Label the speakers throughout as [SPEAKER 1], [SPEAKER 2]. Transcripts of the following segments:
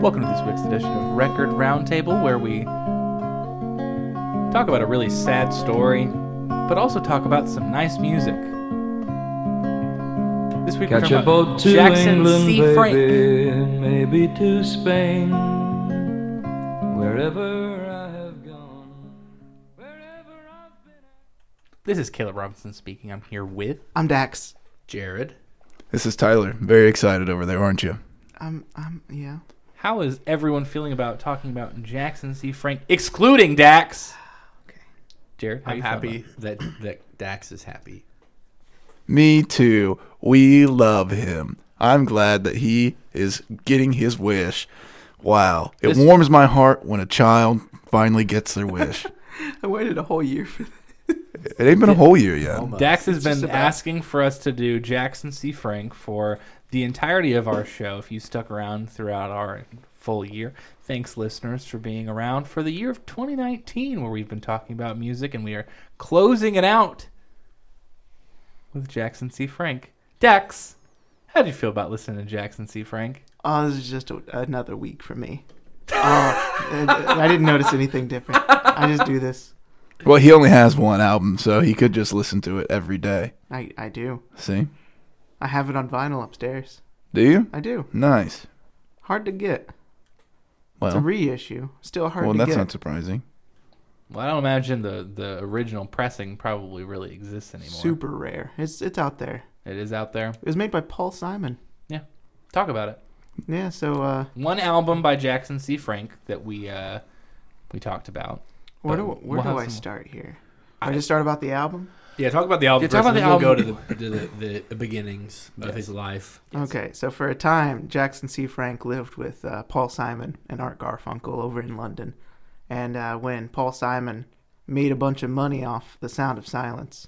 [SPEAKER 1] Welcome to this week's edition of Record Roundtable, where we talk about a really sad story, but also talk about some nice music. This week we're
[SPEAKER 2] Catch
[SPEAKER 1] talking
[SPEAKER 2] a
[SPEAKER 1] about
[SPEAKER 2] boat to
[SPEAKER 1] Jackson
[SPEAKER 2] England,
[SPEAKER 1] C.
[SPEAKER 2] baby,
[SPEAKER 1] Frank.
[SPEAKER 2] maybe to Spain, wherever I have gone, wherever I've been.
[SPEAKER 1] This is Caleb Robinson speaking. I'm here with
[SPEAKER 3] I'm Dax.
[SPEAKER 1] Jared.
[SPEAKER 4] This is Tyler. Very excited over there, aren't you?
[SPEAKER 3] I'm. I'm. Yeah.
[SPEAKER 1] How is everyone feeling about talking about Jackson C. Frank, excluding Dax?
[SPEAKER 3] Okay.
[SPEAKER 1] Jared, how
[SPEAKER 5] I'm
[SPEAKER 1] you feeling
[SPEAKER 5] happy
[SPEAKER 1] about
[SPEAKER 5] that, that Dax is happy.
[SPEAKER 4] Me too. We love him. I'm glad that he is getting his wish. Wow. It
[SPEAKER 1] This-
[SPEAKER 4] warms my heart when a child finally gets their wish.
[SPEAKER 3] I waited a whole year for that.
[SPEAKER 4] it ain't been a whole year
[SPEAKER 3] Oh
[SPEAKER 4] yet.
[SPEAKER 5] Almost.
[SPEAKER 1] Dax has
[SPEAKER 5] It's
[SPEAKER 1] been
[SPEAKER 5] just about-
[SPEAKER 1] asking for us to do Jackson C. Frank for the entirety of our show. If you stuck around throughout our full year, thanks, listeners, for being around for the year of 2019, where we've been talking about music and we are closing it out with Jackson C. Frank. Dax, how do you feel about listening to Jackson C. Frank?
[SPEAKER 3] Oh, this is just a, another week for me. Oh, I, I didn't notice anything different. I just do this.
[SPEAKER 4] Well, he only has one album, so he could just listen to it every day.
[SPEAKER 3] I, I do.
[SPEAKER 4] See?
[SPEAKER 3] I have it on vinyl upstairs.
[SPEAKER 4] Do you?
[SPEAKER 3] I do.
[SPEAKER 4] Nice.
[SPEAKER 3] Hard to get. It's a
[SPEAKER 4] Well,
[SPEAKER 3] reissue. Still hard
[SPEAKER 4] well
[SPEAKER 3] to
[SPEAKER 4] that's
[SPEAKER 3] get.
[SPEAKER 4] not surprising.
[SPEAKER 1] Well, I don't imagine the, the original pressing probably really exists anymore.
[SPEAKER 3] Super rare. It's it's out there.
[SPEAKER 1] It is out there.
[SPEAKER 3] It was made by Paul Simon.
[SPEAKER 1] Yeah. Talk about it.
[SPEAKER 3] Yeah. So uh,
[SPEAKER 1] one album by Jackson C. Frank that we uh, we talked about.
[SPEAKER 3] where
[SPEAKER 1] But
[SPEAKER 3] do where
[SPEAKER 1] we'll have
[SPEAKER 3] do I
[SPEAKER 1] some-
[SPEAKER 3] start here? I just start about the album.
[SPEAKER 5] Yeah, talk about the album.
[SPEAKER 1] Yeah, talk
[SPEAKER 5] first,
[SPEAKER 1] about
[SPEAKER 5] and
[SPEAKER 1] the
[SPEAKER 5] then
[SPEAKER 1] album.
[SPEAKER 5] We'll go to the, to the, the beginnings of his life.
[SPEAKER 3] Okay, so for a time, Jackson C. Frank lived with uh, Paul Simon and Art Garfunkel over in London. And uh, when Paul Simon made a bunch of money off The Sound of Silence,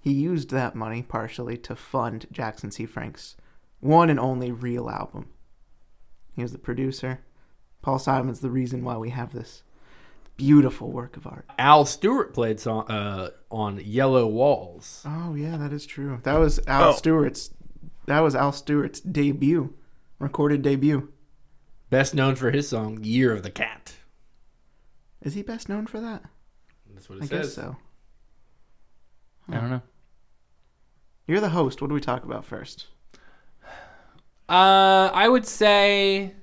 [SPEAKER 3] he used that money partially to fund Jackson C. Frank's one and only real album. He was the producer. Paul Simon's the reason why we have this beautiful work of art.
[SPEAKER 5] Al Stewart played song, uh, on Yellow Walls.
[SPEAKER 3] Oh yeah, that is true. That was
[SPEAKER 5] Oh.
[SPEAKER 3] Al Stewart's. That was Al Stewart's debut, recorded debut.
[SPEAKER 5] Best known for his song Year of the Cat.
[SPEAKER 3] Is he best known for that?
[SPEAKER 5] That's what it
[SPEAKER 3] I
[SPEAKER 5] says.
[SPEAKER 3] guess so.
[SPEAKER 1] I don't know.
[SPEAKER 3] You're the host. What do we talk about first?
[SPEAKER 1] Uh, I would say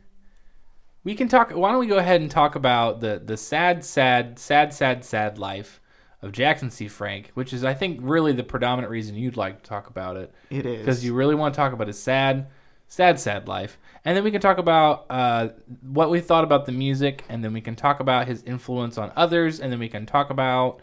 [SPEAKER 1] we can talk. Why don't we go ahead and talk about the the sad, sad, sad, sad, sad life of Jackson C. Frank, which is I think really the predominant reason you'd like to talk about it
[SPEAKER 3] It is
[SPEAKER 1] because you really want to talk about his sad, sad, sad life, and then we can talk about uh, what we thought about the music, and then we can talk about his influence on others, and then we can talk about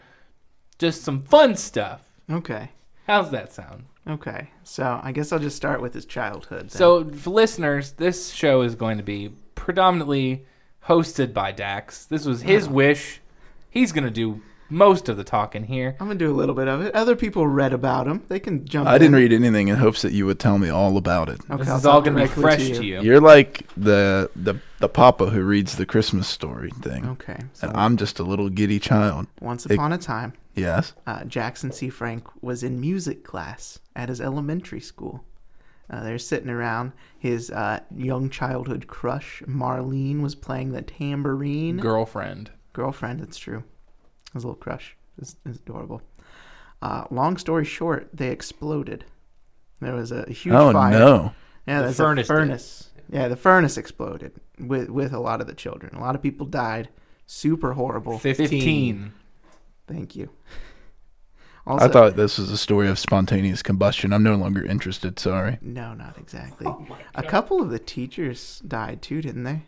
[SPEAKER 1] just some fun stuff.
[SPEAKER 3] okay.
[SPEAKER 1] How's that sound?
[SPEAKER 3] Okay, so I guess I'll just start with his childhood. Then.
[SPEAKER 1] So, for listeners, this show is going to be predominantly hosted by Dax. This was his wish. He's going to do most of the talking here.
[SPEAKER 3] I'm gonna do a little bit of it. Other people read about him. They can jump.
[SPEAKER 4] I didn't
[SPEAKER 3] in.
[SPEAKER 4] read anything in hopes that you would tell me all about it.
[SPEAKER 3] Okay,
[SPEAKER 1] This
[SPEAKER 3] I'll
[SPEAKER 1] is all
[SPEAKER 3] talk
[SPEAKER 1] going to be
[SPEAKER 3] directly
[SPEAKER 1] fresh to you.
[SPEAKER 4] You're like the, the the papa who reads the Christmas story thing.
[SPEAKER 3] Okay. So
[SPEAKER 4] And I'm just a little giddy child.
[SPEAKER 3] once
[SPEAKER 4] it-
[SPEAKER 3] upon a time,
[SPEAKER 4] Yes.
[SPEAKER 3] uh, Jackson C. Frank was in music class at his elementary school. Uh, they're sitting around. His uh, young childhood crush, Marlene, was playing the tambourine.
[SPEAKER 1] Girlfriend.
[SPEAKER 3] girlfriend. It's true. His little crush is, is adorable. Uh, long story short, they exploded. There was a huge
[SPEAKER 4] oh
[SPEAKER 3] fire.
[SPEAKER 4] no.
[SPEAKER 3] Yeah,
[SPEAKER 5] The
[SPEAKER 3] there's
[SPEAKER 5] furnace
[SPEAKER 3] a furnace. Yeah, the furnace exploded with with a lot of the children. A lot of people died. Super horrible.
[SPEAKER 1] 15.
[SPEAKER 3] Thank you. Also,
[SPEAKER 4] I thought this was a story of spontaneous combustion. I'm no longer interested, sorry.
[SPEAKER 3] no, not exactly. a couple of the teachers died too, didn't they?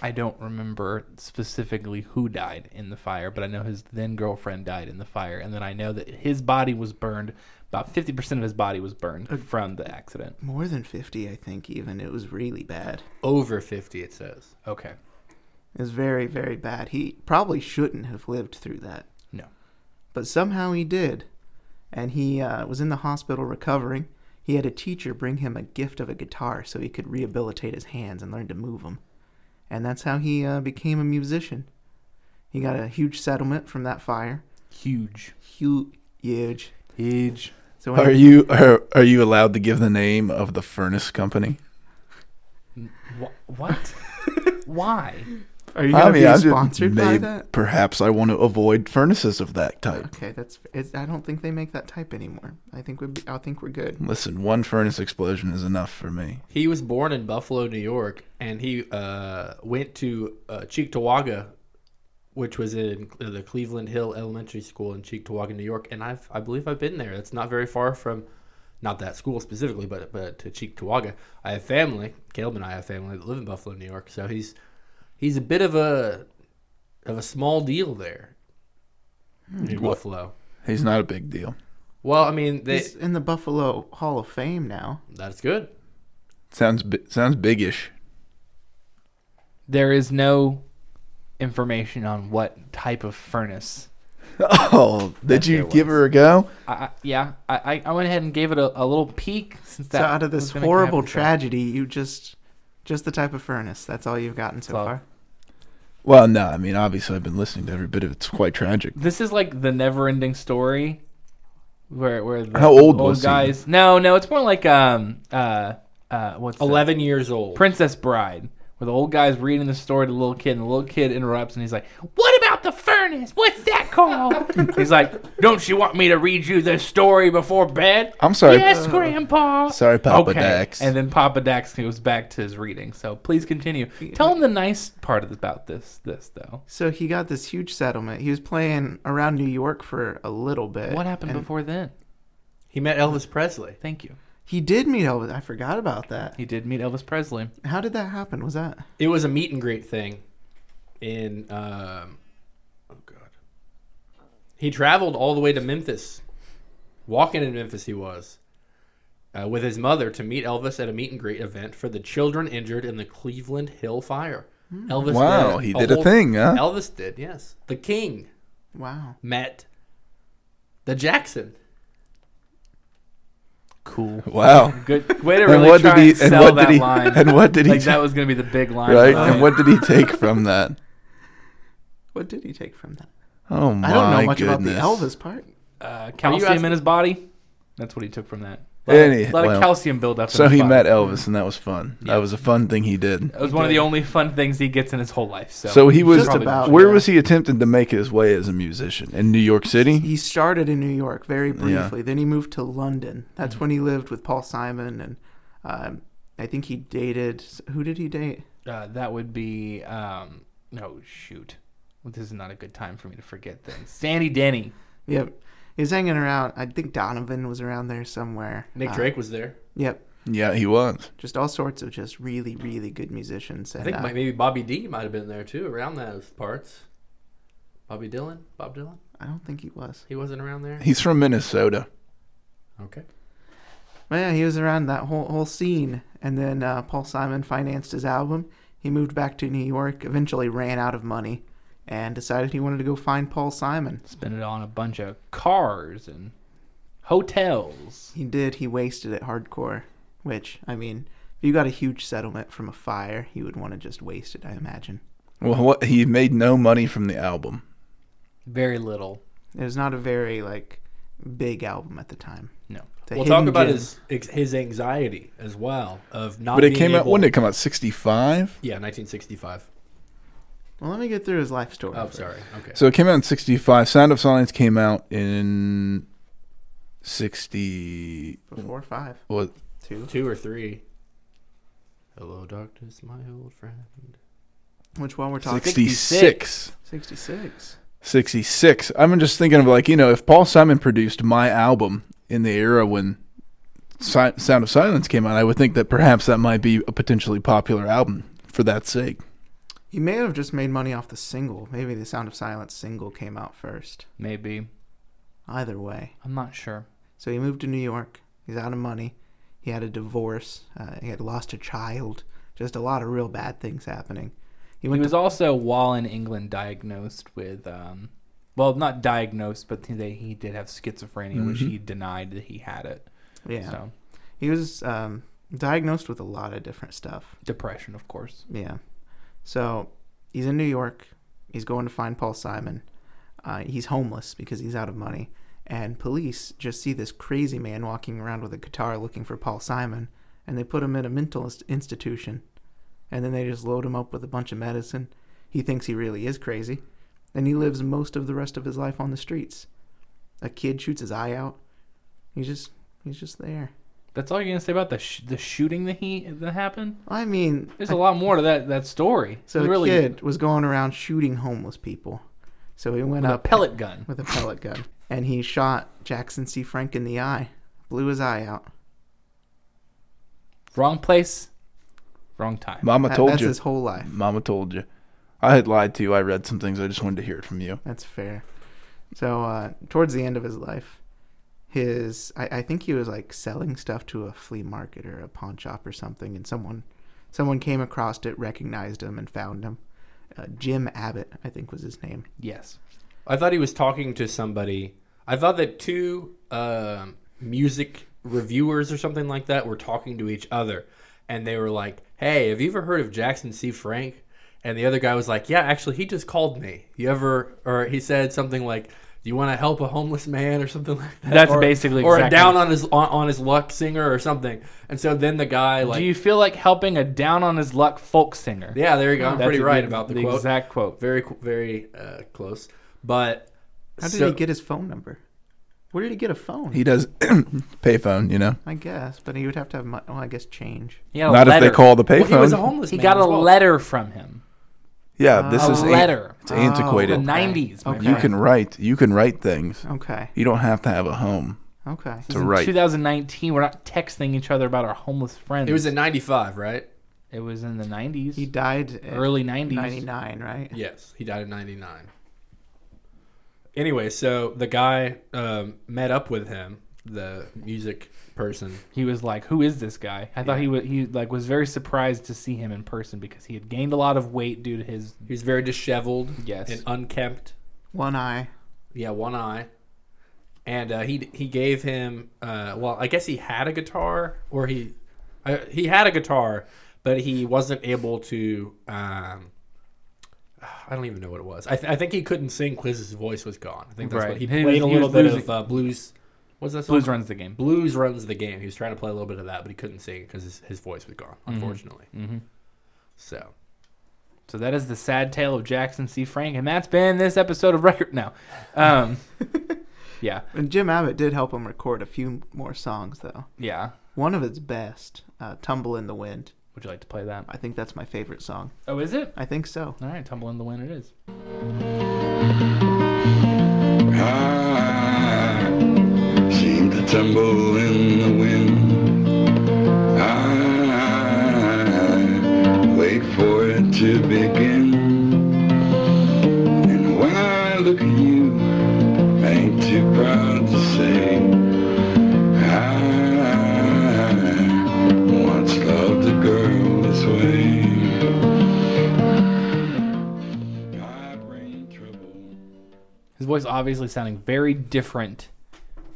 [SPEAKER 1] I don't remember specifically who died in the fire, but I know his then girlfriend died in the fire. And then I know that his body was burned. About 50% of his body was burned from the accident.
[SPEAKER 3] More than fifty, I think. Even it was really bad.
[SPEAKER 5] Over 50, it says.
[SPEAKER 1] Okay.
[SPEAKER 3] It was very, very bad. He probably shouldn't have lived through that.
[SPEAKER 1] No.
[SPEAKER 3] but somehow he did. And he uh, was in the hospital recovering. He had a teacher bring him a gift of a guitar so he could rehabilitate his hands and learn to move them. And that's how he uh, became a musician. He got a huge settlement from that fire.
[SPEAKER 1] Huge.
[SPEAKER 3] Huge. Huge.
[SPEAKER 1] Huge.
[SPEAKER 3] So when
[SPEAKER 4] Are you are, are you allowed to give the name of the furnace company?
[SPEAKER 1] Wh- what? Why?
[SPEAKER 3] Are you gonna be
[SPEAKER 4] I'm just-
[SPEAKER 3] sponsored by
[SPEAKER 4] may-
[SPEAKER 3] that?
[SPEAKER 4] Perhaps I want to avoid furnaces of that type.
[SPEAKER 3] Okay, that's. It's, I don't think they make that type anymore. I think we. I think we're good.
[SPEAKER 4] Listen, one furnace explosion is enough for me.
[SPEAKER 5] He was born in Buffalo, New York, and he uh, went to uh, Cheektowaga, which was in the Cleveland Hill Elementary School in Cheektowaga, New York. And I've, I believe I've been there. That's not very far from, not that school specifically, but but to Cheektowaga. I have family. Caleb and I have family that live in Buffalo, New York. So he's he's a bit of a of a small deal there in
[SPEAKER 4] What?
[SPEAKER 5] Buffalo.
[SPEAKER 4] He's not a big deal.
[SPEAKER 5] Well, I mean, they,
[SPEAKER 3] He's in the Buffalo Hall of Fame now.
[SPEAKER 5] that's good.
[SPEAKER 4] Sounds bi- sounds biggish.
[SPEAKER 1] There is no information on what type of furnace.
[SPEAKER 4] Oh, did you
[SPEAKER 1] there
[SPEAKER 4] give her a go?
[SPEAKER 1] I, I, yeah, I, I- I went ahead and gave it a, a little peek since that.
[SPEAKER 3] so out of
[SPEAKER 1] was
[SPEAKER 3] this
[SPEAKER 1] gonna
[SPEAKER 3] horrible
[SPEAKER 1] happen, so-
[SPEAKER 3] tragedy, you just, just the type of furnace. That's all you've gotten so
[SPEAKER 1] Well,
[SPEAKER 3] far.
[SPEAKER 4] Well, no. I mean, obviously, I've been listening to every bit of it. It's quite tragic.
[SPEAKER 1] This is like the never-ending story, where where the
[SPEAKER 4] How old was he?
[SPEAKER 1] guys? No, no, it's more like um uh uh what's the-
[SPEAKER 5] Eleven years old.
[SPEAKER 1] Princess Bride, where the old guy's reading the story to the little kid, and the little kid interrupts and he's like, What about the furnace? What's that called? he's like, Don't you want me to read you this story before bed?
[SPEAKER 4] I'm sorry.
[SPEAKER 1] Yes, Grandpa.
[SPEAKER 4] Sorry, Papa Dax.
[SPEAKER 1] And then Papa Dax goes back to his reading. So please continue. Tell him the nice part about this, this though.
[SPEAKER 3] So he got this huge settlement. He was playing around New York for a little bit.
[SPEAKER 1] What happened
[SPEAKER 3] and
[SPEAKER 1] before then?
[SPEAKER 5] He met Elvis Presley.
[SPEAKER 1] Thank you.
[SPEAKER 3] He did meet Elvis. I forgot about that.
[SPEAKER 1] He did meet Elvis Presley.
[SPEAKER 3] How did that happen? Was that?
[SPEAKER 5] It was a meet and greet thing. In um, oh god, he traveled all the way to Memphis, walking in Memphis. He was uh, with his mother to meet Elvis at a meet and greet event for the children injured in the Cleveland Hill fire.
[SPEAKER 1] Hmm.
[SPEAKER 5] Elvis,
[SPEAKER 4] Wow, he did a thing, huh?
[SPEAKER 5] Elvis did, yes. The King
[SPEAKER 3] Wow.
[SPEAKER 5] met the Jackson.
[SPEAKER 1] Cool.
[SPEAKER 4] Wow.
[SPEAKER 1] Good way to
[SPEAKER 4] And
[SPEAKER 1] really
[SPEAKER 4] what
[SPEAKER 1] try
[SPEAKER 4] did he-
[SPEAKER 1] and
[SPEAKER 4] and
[SPEAKER 1] sell
[SPEAKER 4] what did
[SPEAKER 1] that
[SPEAKER 4] he-
[SPEAKER 1] line.
[SPEAKER 4] and what did he
[SPEAKER 1] Like
[SPEAKER 4] t-
[SPEAKER 1] that was going to be the big line.
[SPEAKER 4] Right.
[SPEAKER 1] about it.
[SPEAKER 4] And what did he take from that?
[SPEAKER 3] What did he take from that?
[SPEAKER 4] Oh my
[SPEAKER 3] I don't know much
[SPEAKER 4] goodness.
[SPEAKER 3] about the Elvis part.
[SPEAKER 1] uh, calcium
[SPEAKER 5] asking-
[SPEAKER 1] in his body. That's what he took from that. A lot,
[SPEAKER 4] Any-
[SPEAKER 1] of, lot of
[SPEAKER 4] well,
[SPEAKER 1] calcium build up.
[SPEAKER 4] So
[SPEAKER 1] in his
[SPEAKER 4] he
[SPEAKER 1] body.
[SPEAKER 4] met Elvis, and that was fun. That was a fun thing he did.
[SPEAKER 1] It was one of the only fun things he gets in his whole life. So,
[SPEAKER 4] So he was.
[SPEAKER 3] Just about,
[SPEAKER 4] where
[SPEAKER 3] yeah.
[SPEAKER 4] was he attempting to make his way as a musician in New York City?
[SPEAKER 3] He started in New York very briefly. Then he moved to London. That's when he lived with Paul Simon, and um, I think he dated. Who did he date?
[SPEAKER 1] uh, that would be um, no shoot. Well, This is not a good time for me to forget things. Sandy Denny.
[SPEAKER 3] Yep. He was hanging around. I think Donovan was around there somewhere.
[SPEAKER 5] Nick
[SPEAKER 3] Uh,
[SPEAKER 5] Drake was there.
[SPEAKER 3] Yep.
[SPEAKER 4] Yeah, he was.
[SPEAKER 3] Just all sorts of just really, really good musicians. And,
[SPEAKER 5] I think
[SPEAKER 3] uh,
[SPEAKER 5] mi- maybe Bobby D might have been there too, around those parts. Bobby Dylan, Bob Dylan,
[SPEAKER 3] I don't think he was.
[SPEAKER 5] he wasn't around there.
[SPEAKER 4] He's from Minnesota.
[SPEAKER 5] Okay.
[SPEAKER 3] But yeah, he was around that whole whole scene. And then uh, Paul Simon financed his album. He moved back to New York. Eventually, ran out of money, and decided he wanted to go find Paul Simon.
[SPEAKER 1] Spent it on a bunch of cars and hotels.
[SPEAKER 3] He did. He wasted it hardcore. Which I mean, if you got a huge settlement from a fire, you would want to just waste it. I imagine.
[SPEAKER 4] Well, what, he made no money from the album.
[SPEAKER 1] Very little.
[SPEAKER 3] It was not a very like big album at the time.
[SPEAKER 1] No.
[SPEAKER 3] It's a
[SPEAKER 5] We'll talk
[SPEAKER 3] hidden
[SPEAKER 5] about
[SPEAKER 3] gem.
[SPEAKER 5] his ex- his anxiety as well of not.
[SPEAKER 4] But it
[SPEAKER 5] being
[SPEAKER 4] came out.
[SPEAKER 5] able-
[SPEAKER 4] When did it come out? Sixty-five.
[SPEAKER 5] Yeah, 1965.
[SPEAKER 3] Well, let me get through his life story.
[SPEAKER 5] Oh,
[SPEAKER 3] first.
[SPEAKER 5] sorry. Okay.
[SPEAKER 4] So it came out in sixty-five. Sound of Silence came out in sixty.
[SPEAKER 3] Before five,
[SPEAKER 4] What?
[SPEAKER 3] two,
[SPEAKER 5] Two or three. Hello, darkness, my old friend.
[SPEAKER 3] which while we're talking,
[SPEAKER 4] 66.
[SPEAKER 3] 66.
[SPEAKER 4] 66. I'm just thinking of like, you know, if Paul Simon produced my album in the era when si- Sound of Silence came out, I would think that perhaps that might be a potentially popular album for that sake.
[SPEAKER 3] He may have just made money off the single. Maybe the Sound of Silence single came out first.
[SPEAKER 1] Maybe.
[SPEAKER 3] Either way.
[SPEAKER 1] I'm not sure.
[SPEAKER 3] So he moved to New York. He's out of money. He had a divorce. Uh, he had lost a child. Just a lot of real bad things happening.
[SPEAKER 1] He
[SPEAKER 3] He went
[SPEAKER 1] was
[SPEAKER 3] to,
[SPEAKER 1] also, while in England, diagnosed with, um, well, not diagnosed, but they, he did have schizophrenia, which he denied that he had it.
[SPEAKER 3] Mm-hmm. yeah.
[SPEAKER 1] So,
[SPEAKER 3] He was um, diagnosed with a lot of different stuff.
[SPEAKER 1] depression, of course.
[SPEAKER 3] Yeah. So he's in New York. He's going to find Paul Simon. Uh, he's homeless because he's out of money. And police just see this crazy man walking around with a guitar looking for Paul Simon, and they put him in a mental inst- institution. and then they just load him up with a bunch of medicine. He thinks he really is crazy, and he lives most of the rest of his life on the streets. A kid shoots his eye out. He's just he's just there.
[SPEAKER 1] That's all you're gonna say about the sh- the shooting that he that happened.
[SPEAKER 3] I mean,
[SPEAKER 1] There's a lot more to that that story.
[SPEAKER 3] so
[SPEAKER 1] It
[SPEAKER 3] the
[SPEAKER 1] really,
[SPEAKER 3] kid was going around shooting homeless people. So he went
[SPEAKER 1] with a
[SPEAKER 3] up
[SPEAKER 1] pellet gun.
[SPEAKER 3] with a pellet gun and he shot Jackson C. Frank in the eye, blew his eye out.
[SPEAKER 1] Wrong place, wrong time.
[SPEAKER 4] Mama
[SPEAKER 3] That-
[SPEAKER 4] told
[SPEAKER 3] that's
[SPEAKER 4] you.
[SPEAKER 3] his whole life.
[SPEAKER 4] Mama told you. I had lied to you. I read some things. I just wanted to hear it from you.
[SPEAKER 3] That's fair. So uh, towards the end of his life, his I, I think he was like selling stuff to a flea market or a pawn shop or something, and someone someone came across it, recognized him, and found him. Uh, Jim Abbott, I think, was his name.
[SPEAKER 1] Yes.
[SPEAKER 5] I thought he was talking to somebody. I thought that two um, music reviewers or something like that were talking to each other, and they were like, "Hey, have you ever heard of Jackson C. Frank?" And the other guy was like, "Yeah, actually, he just called me. You ever?" Or he said something like, "Do you want to help a homeless man?" or something like that.
[SPEAKER 1] That's
[SPEAKER 5] or,
[SPEAKER 1] basically
[SPEAKER 5] or
[SPEAKER 1] exactly-
[SPEAKER 5] a down on his on, on his luck singer or something. And so then the guy like,
[SPEAKER 1] Do you feel like helping a down on his luck folk singer?
[SPEAKER 5] "Yeah, there you go. I'm
[SPEAKER 1] That's
[SPEAKER 5] pretty
[SPEAKER 1] the-
[SPEAKER 5] right about the, quote.
[SPEAKER 1] exact quote.
[SPEAKER 5] Very co- very uh, close." But
[SPEAKER 3] How did
[SPEAKER 5] so-
[SPEAKER 3] he get his phone number? Where did he get a phone?
[SPEAKER 4] He does payphone, you know.
[SPEAKER 3] I guess, but he would have to have, mo- well, I guess, change.
[SPEAKER 1] He got a
[SPEAKER 4] Not
[SPEAKER 1] letter.
[SPEAKER 4] if they call the
[SPEAKER 5] Well,
[SPEAKER 4] payphone.
[SPEAKER 5] he was a homeless
[SPEAKER 1] He
[SPEAKER 5] man
[SPEAKER 1] got a
[SPEAKER 5] as well.
[SPEAKER 1] letter from him.
[SPEAKER 4] yeah, this
[SPEAKER 1] a
[SPEAKER 4] is an-
[SPEAKER 1] letter.
[SPEAKER 4] it's antiquated.
[SPEAKER 1] The '90s. my
[SPEAKER 3] Okay.
[SPEAKER 4] You
[SPEAKER 1] friend.
[SPEAKER 4] can write. You can write things.
[SPEAKER 3] Okay,
[SPEAKER 4] You don't have to have a home
[SPEAKER 3] okay.
[SPEAKER 1] This
[SPEAKER 4] to
[SPEAKER 1] is in
[SPEAKER 4] write.
[SPEAKER 1] 2019. We're not texting each other about our homeless friends.
[SPEAKER 5] It was in '95, right?
[SPEAKER 1] It was in the 90s.
[SPEAKER 3] He died at
[SPEAKER 1] early 90s.
[SPEAKER 3] 99, right?
[SPEAKER 5] Yes, he died in '99. Anyway, so the guy um, met up with him, the music person.
[SPEAKER 1] He was like, "Who is this guy?" I thought he was he like was very surprised to see him in person because he had gained a lot of weight due to his
[SPEAKER 5] He was very disheveled,
[SPEAKER 1] Yes.
[SPEAKER 5] and unkempt.
[SPEAKER 3] One eye.
[SPEAKER 5] Yeah, one eye. And uh, he he gave him uh, well, I guess he had a guitar, or he uh, he had a guitar, but he wasn't able to. Um, I don't even know what it was. I, th- I think he couldn't sing because his voice was gone. I think that's
[SPEAKER 1] Right.
[SPEAKER 5] what he
[SPEAKER 1] He was-
[SPEAKER 5] played
[SPEAKER 1] he
[SPEAKER 5] a little
[SPEAKER 1] was
[SPEAKER 5] bit
[SPEAKER 1] losing-
[SPEAKER 5] of uh, blues. What's that song?
[SPEAKER 1] blues runs the game.
[SPEAKER 5] Blues runs the game. He was trying to play a little bit of that, but he couldn't sing because his, his voice was gone, unfortunately.
[SPEAKER 1] mhm.
[SPEAKER 5] So
[SPEAKER 1] So that is the sad tale of Jackson C. Frank, and that's been this episode of Record. No, um, yeah,
[SPEAKER 3] And Jim Abbott did help him record a few more songs, though.
[SPEAKER 1] yeah.
[SPEAKER 3] One of his best, uh, "Tumble in the Wind."
[SPEAKER 1] Would you like to play that?
[SPEAKER 3] I think that's my favorite song.
[SPEAKER 1] Oh, is it?
[SPEAKER 3] I think so.
[SPEAKER 1] All right, tumble in the wind. It is.
[SPEAKER 6] I seem to tumble in the wind. I wait for it to begin. And when I look at you, I ain't too proud to say I once loved a girl this way. I bring trouble.
[SPEAKER 1] His voice obviously sounding very different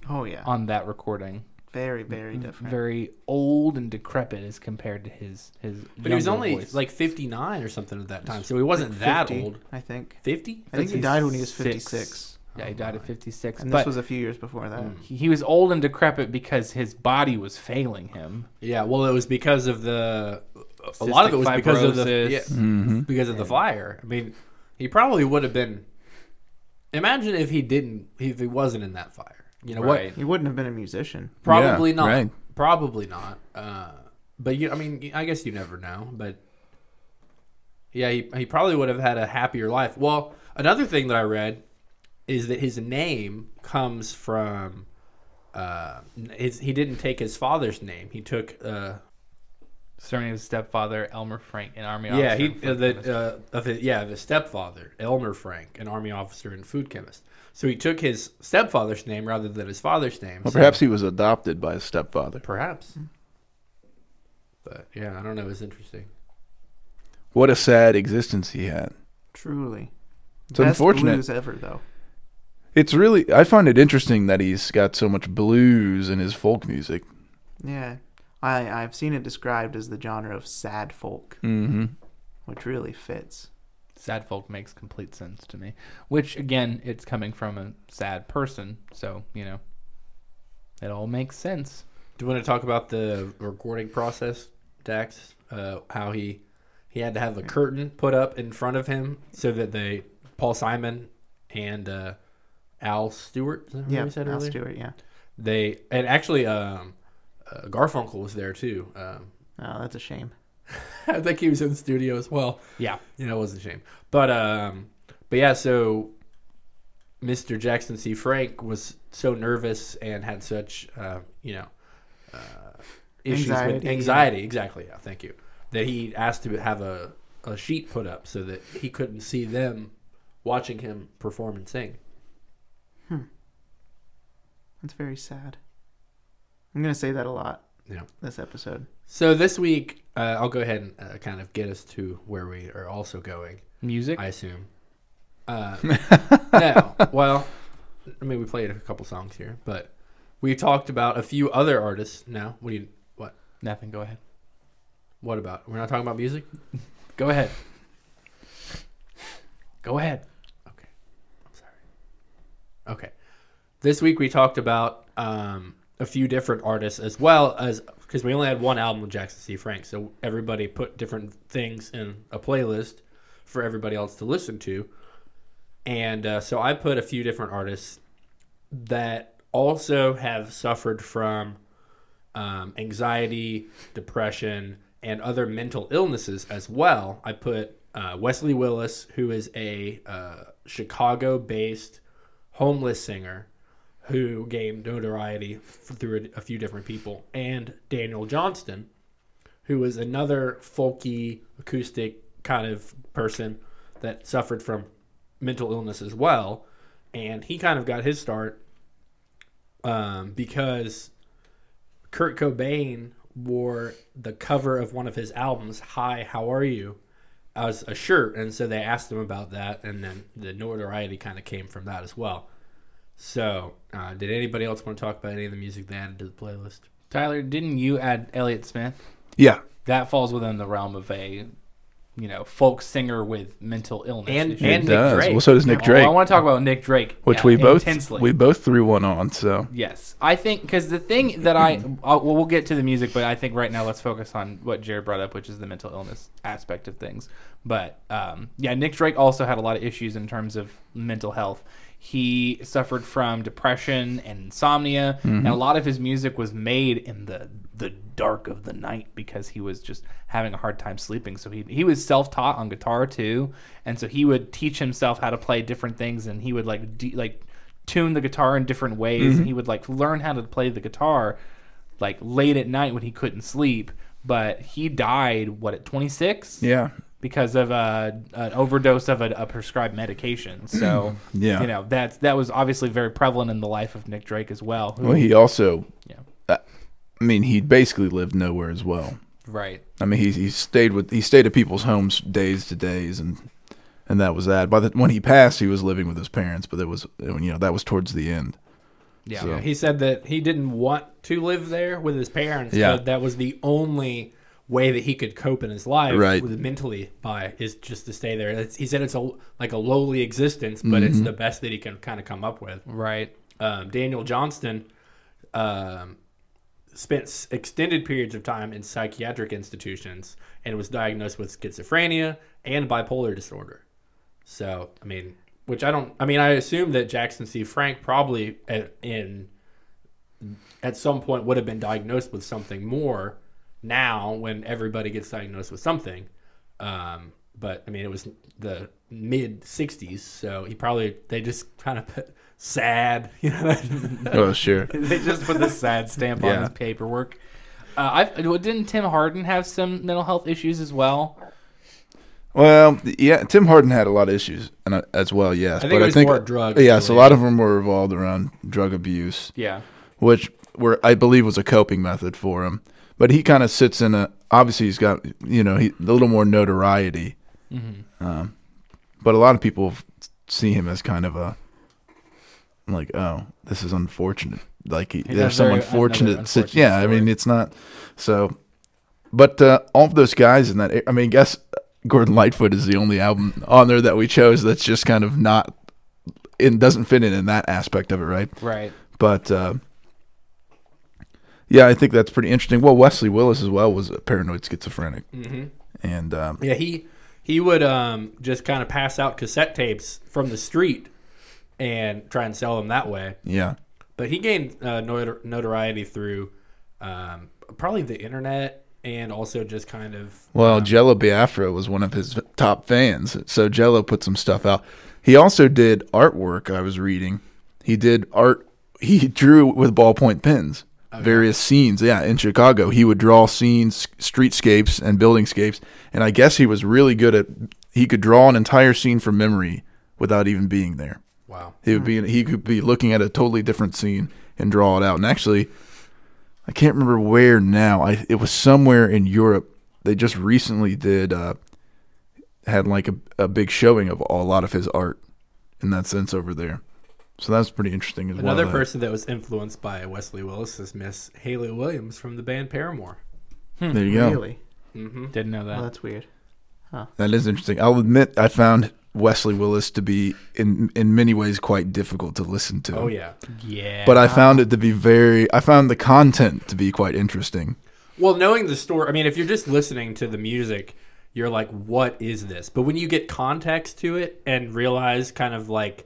[SPEAKER 3] Oh yeah,
[SPEAKER 1] on that recording.
[SPEAKER 3] very very different.
[SPEAKER 1] Very old and decrepit as compared to his his.
[SPEAKER 5] But he was
[SPEAKER 1] younger
[SPEAKER 5] only
[SPEAKER 1] voice.
[SPEAKER 5] like 59 or something at that time, so he wasn't that
[SPEAKER 3] 50,
[SPEAKER 5] old.
[SPEAKER 3] I think.
[SPEAKER 5] 50?
[SPEAKER 3] I think he died when he was
[SPEAKER 1] 56.
[SPEAKER 3] 56,
[SPEAKER 1] yeah, he died at 56.
[SPEAKER 3] and
[SPEAKER 1] but
[SPEAKER 3] this was a few years before that.
[SPEAKER 5] Mm.
[SPEAKER 1] he he was old and decrepit because his body was failing him.
[SPEAKER 5] Yeah, well, it was because of the. A lot of it was because of the
[SPEAKER 1] fibrosis.
[SPEAKER 5] yeah,
[SPEAKER 4] Mm-hmm.
[SPEAKER 5] because of the fire. I mean, he probably would have been. Imagine if he didn't, if he wasn't in that fire. You know what?
[SPEAKER 1] Right.
[SPEAKER 3] He wouldn't have been a musician.
[SPEAKER 5] Probably
[SPEAKER 4] Yeah,
[SPEAKER 5] not.
[SPEAKER 4] right.
[SPEAKER 5] Probably not. Uh, but you, I mean, I guess you never know. But yeah, he, he probably would have had a happier life. Well, another thing that I read is that his name comes from. Uh, his, he didn't take his father's name. He took. Uh,
[SPEAKER 1] Surname of his stepfather, Elmer Frank, an army
[SPEAKER 5] yeah,
[SPEAKER 1] officer.
[SPEAKER 5] he
[SPEAKER 1] and
[SPEAKER 5] uh,
[SPEAKER 1] foot chemist.
[SPEAKER 5] the uh, of his, yeah the stepfather Elmer Frank, an army officer and food chemist. So he took his stepfather's name rather than his father's name.
[SPEAKER 4] Well,
[SPEAKER 5] So-
[SPEAKER 4] perhaps he was adopted by his stepfather.
[SPEAKER 5] Perhaps. But yeah, I don't know. It's interesting.
[SPEAKER 4] What a sad existence he had.
[SPEAKER 3] Truly,
[SPEAKER 4] It's
[SPEAKER 3] best
[SPEAKER 4] unfortunate.
[SPEAKER 3] blues ever though.
[SPEAKER 4] It's really. I find it interesting that he's got so much blues in his folk music.
[SPEAKER 3] Yeah, I I've seen it described as the genre of sad folk,
[SPEAKER 1] Mm.
[SPEAKER 4] Mm-hmm.
[SPEAKER 3] which really fits.
[SPEAKER 1] sad folk makes complete sense to me. Which again, it's coming from a sad person, so you know, it all makes sense.
[SPEAKER 5] Do you want to talk about the recording process, Dax? Uh, how he He had to have a curtain put up in front of him so that they Paul Simon and uh, Al Stewart. Is that what
[SPEAKER 3] Yeah,
[SPEAKER 5] we said
[SPEAKER 3] Al
[SPEAKER 5] earlier?
[SPEAKER 3] Stewart. Yeah.
[SPEAKER 5] They and actually um, uh, Garfunkel was there too. Um,
[SPEAKER 3] Oh, that's a shame.
[SPEAKER 5] I think he was in the studio as well.
[SPEAKER 1] Yeah.
[SPEAKER 5] You know, it was a shame. But um but yeah, so Mr. Jackson C. Frank was so nervous and had such uh, you know uh, issues with
[SPEAKER 3] Anxiety.
[SPEAKER 5] anxiety, exactly. Yeah, thank you. That he asked to have a, a sheet put up so that he couldn't see them watching him perform and sing.
[SPEAKER 3] That's very sad. I'm gonna say that a lot
[SPEAKER 5] Yeah.
[SPEAKER 3] this episode.
[SPEAKER 5] So this week, uh, I'll go ahead and uh, kind of get us to where we are also going.
[SPEAKER 1] Music.
[SPEAKER 5] I assume. Uh, no, well, I mean, we played a couple songs here, but we talked about a few other artists. Now, what do you what
[SPEAKER 1] Nothing. Go ahead.
[SPEAKER 5] what about? We're not talking about music.
[SPEAKER 1] Go ahead. Go ahead.
[SPEAKER 5] Okay, I'm sorry. Okay, this week we talked about um, a few different artists as well as because we only had one album with Jackson C. Frank, so everybody put different things in a playlist for everybody else to listen to, and uh, so I put a few different artists that also have suffered from um, anxiety, depression, and other mental illnesses as well. I put uh, Wesley Willis, who is a uh, Chicago based homeless singer who gained notoriety f- through a, a few different people, and Daniel Johnston, who is another folky, acoustic kind of person that suffered from mental illness as well. And he kind of got his start um, because Kurt Cobain wore the cover of one of his albums, "Hi, How Are You," as a shirt, and so they asked him about that, and then the notoriety kind of came from that as well. So, uh, did anybody else want to talk about any of the music they added to the playlist?
[SPEAKER 1] Tyler, didn't you add Elliott Smith?
[SPEAKER 4] Yeah.
[SPEAKER 1] That falls within the realm of a, you know, folk singer with mental illness.
[SPEAKER 5] And-
[SPEAKER 1] issue.
[SPEAKER 5] and-
[SPEAKER 4] It
[SPEAKER 5] Nick
[SPEAKER 4] does.
[SPEAKER 5] Drake.
[SPEAKER 4] Well, so does Nick
[SPEAKER 1] Well,
[SPEAKER 4] Drake,
[SPEAKER 1] I want to talk about Nick Drake,
[SPEAKER 4] which
[SPEAKER 1] yeah,
[SPEAKER 4] we both
[SPEAKER 1] intensely.
[SPEAKER 4] we both threw one on. So
[SPEAKER 1] Yes, I think because the thing that I I'll, well, we'll get to the music, but I think right now let's focus on what Jared brought up, which is the mental illness aspect of things. But um, yeah, Nick Drake also had a lot of issues in terms of mental health. He suffered from depression and insomnia, and a lot of his music was made in the the dark of the night because he was just having a hard time sleeping. So he he was self taught on guitar too, and so he would teach himself how to play different things, and he would like de- like tune the guitar in different ways
[SPEAKER 4] Mm-hmm.
[SPEAKER 1] and he would like learn how to play the guitar like late at night when he couldn't sleep but he died what at 26
[SPEAKER 4] yeah,
[SPEAKER 1] because of a, an overdose of a, a prescribed medication so
[SPEAKER 4] Yeah.
[SPEAKER 1] you know that's that was obviously very prevalent in the life of nick drake as well who-
[SPEAKER 4] Well, he also,
[SPEAKER 1] Yeah.
[SPEAKER 4] uh, I mean, he basically lived nowhere as well.
[SPEAKER 1] right
[SPEAKER 4] I mean, he he stayed with he stayed at people's homes days to days, and and that was that. By the when he passed, he was living with his parents, but that was you know that was towards the end.
[SPEAKER 1] yeah
[SPEAKER 4] So-
[SPEAKER 5] Uh, He said that he didn't want to live there with his parents,
[SPEAKER 4] Yeah.
[SPEAKER 5] but that was the only way that he could cope in his life
[SPEAKER 4] Right.
[SPEAKER 5] with mentally by is just to stay there. It's, he said it's a like a lowly existence, but it's the best that he can kind of come up with.
[SPEAKER 1] right
[SPEAKER 5] um, Daniel Johnston um, spent s- extended periods of time in psychiatric institutions and was diagnosed with schizophrenia and bipolar disorder. So, I mean, which I don't, I mean, I assume that Jackson C. Frank probably at, in at some point would have been diagnosed with something more now when everybody gets diagnosed with something. Um, but I mean, it was the mid 60s, so he probably, they just kind of put sad, you know,
[SPEAKER 4] oh sure,
[SPEAKER 1] they just put this sad stamp on
[SPEAKER 4] Yeah.
[SPEAKER 1] his paperwork uh, I didn't Tim Harden have some mental health issues as well.
[SPEAKER 4] Well, yeah, Tim Harden had a lot of issues and uh, as well, yes.
[SPEAKER 5] think it was more drug
[SPEAKER 4] Yes, a
[SPEAKER 5] related.
[SPEAKER 4] lot of them were revolved around drug abuse,
[SPEAKER 1] Yeah,
[SPEAKER 4] which were I believe was a coping method for him. But he kind of sits in a obviously he's got you know he, a little more notoriety,
[SPEAKER 1] Mm-hmm.
[SPEAKER 4] um, but a lot of people f- see him as kind of a like oh this is unfortunate like he, there's some
[SPEAKER 1] another-
[SPEAKER 4] unfortunate,
[SPEAKER 1] another
[SPEAKER 4] sit-
[SPEAKER 1] unfortunate
[SPEAKER 4] yeah I mean it's not so but uh, all of those guys in that, I mean, guess Gordon Lightfoot is the only album on there that we chose that's just kind of not and doesn't fit in in that aspect of it, right?
[SPEAKER 1] right.
[SPEAKER 4] But uh, yeah, I think that's pretty interesting. Well, Wesley Willis as well was a paranoid schizophrenic,
[SPEAKER 5] Mm-hmm.
[SPEAKER 4] and um,
[SPEAKER 5] Yeah, he he would um, just kind of pass out cassette tapes from the street and try and sell them that way.
[SPEAKER 4] yeah,
[SPEAKER 5] But he gained uh, notor- notoriety through um, probably the internet and also just kind of
[SPEAKER 4] Well, Jello Biafra was one of his top fans, so Jello put some stuff out. He also did artwork. I was reading. He did art. He drew with ballpoint pens various scenes. Yeah, in Chicago, he would draw scenes, streetscapes, and buildingscapes. And I guess he was really good at. He could draw an entire scene from memory without even being there.
[SPEAKER 5] wow.
[SPEAKER 4] He would be. He could be looking at a totally different scene and draw it out. And actually, I can't remember where now. I it was somewhere in Europe. They just recently did uh, had like a, a big showing of a lot of his art in that sense over there. So that's pretty interesting as well.
[SPEAKER 5] Another
[SPEAKER 4] that-
[SPEAKER 5] person that was influenced by Wesley Willis is Miss Haley Williams from the band Paramore.
[SPEAKER 4] There you go.
[SPEAKER 3] Really?
[SPEAKER 5] Mm-hmm.
[SPEAKER 1] Didn't know
[SPEAKER 3] Well,
[SPEAKER 1] that.
[SPEAKER 3] that's weird.
[SPEAKER 4] That is interesting. I'll admit I found Wesley Willis to be in in many ways quite difficult to listen to.
[SPEAKER 5] Oh yeah.
[SPEAKER 1] Yeah.
[SPEAKER 4] But I found it to be very. I found the content to be quite interesting.
[SPEAKER 5] Well, knowing the story, I mean, if you're just listening to the music, you're like, what is this? But when you get context to it and realize kind of like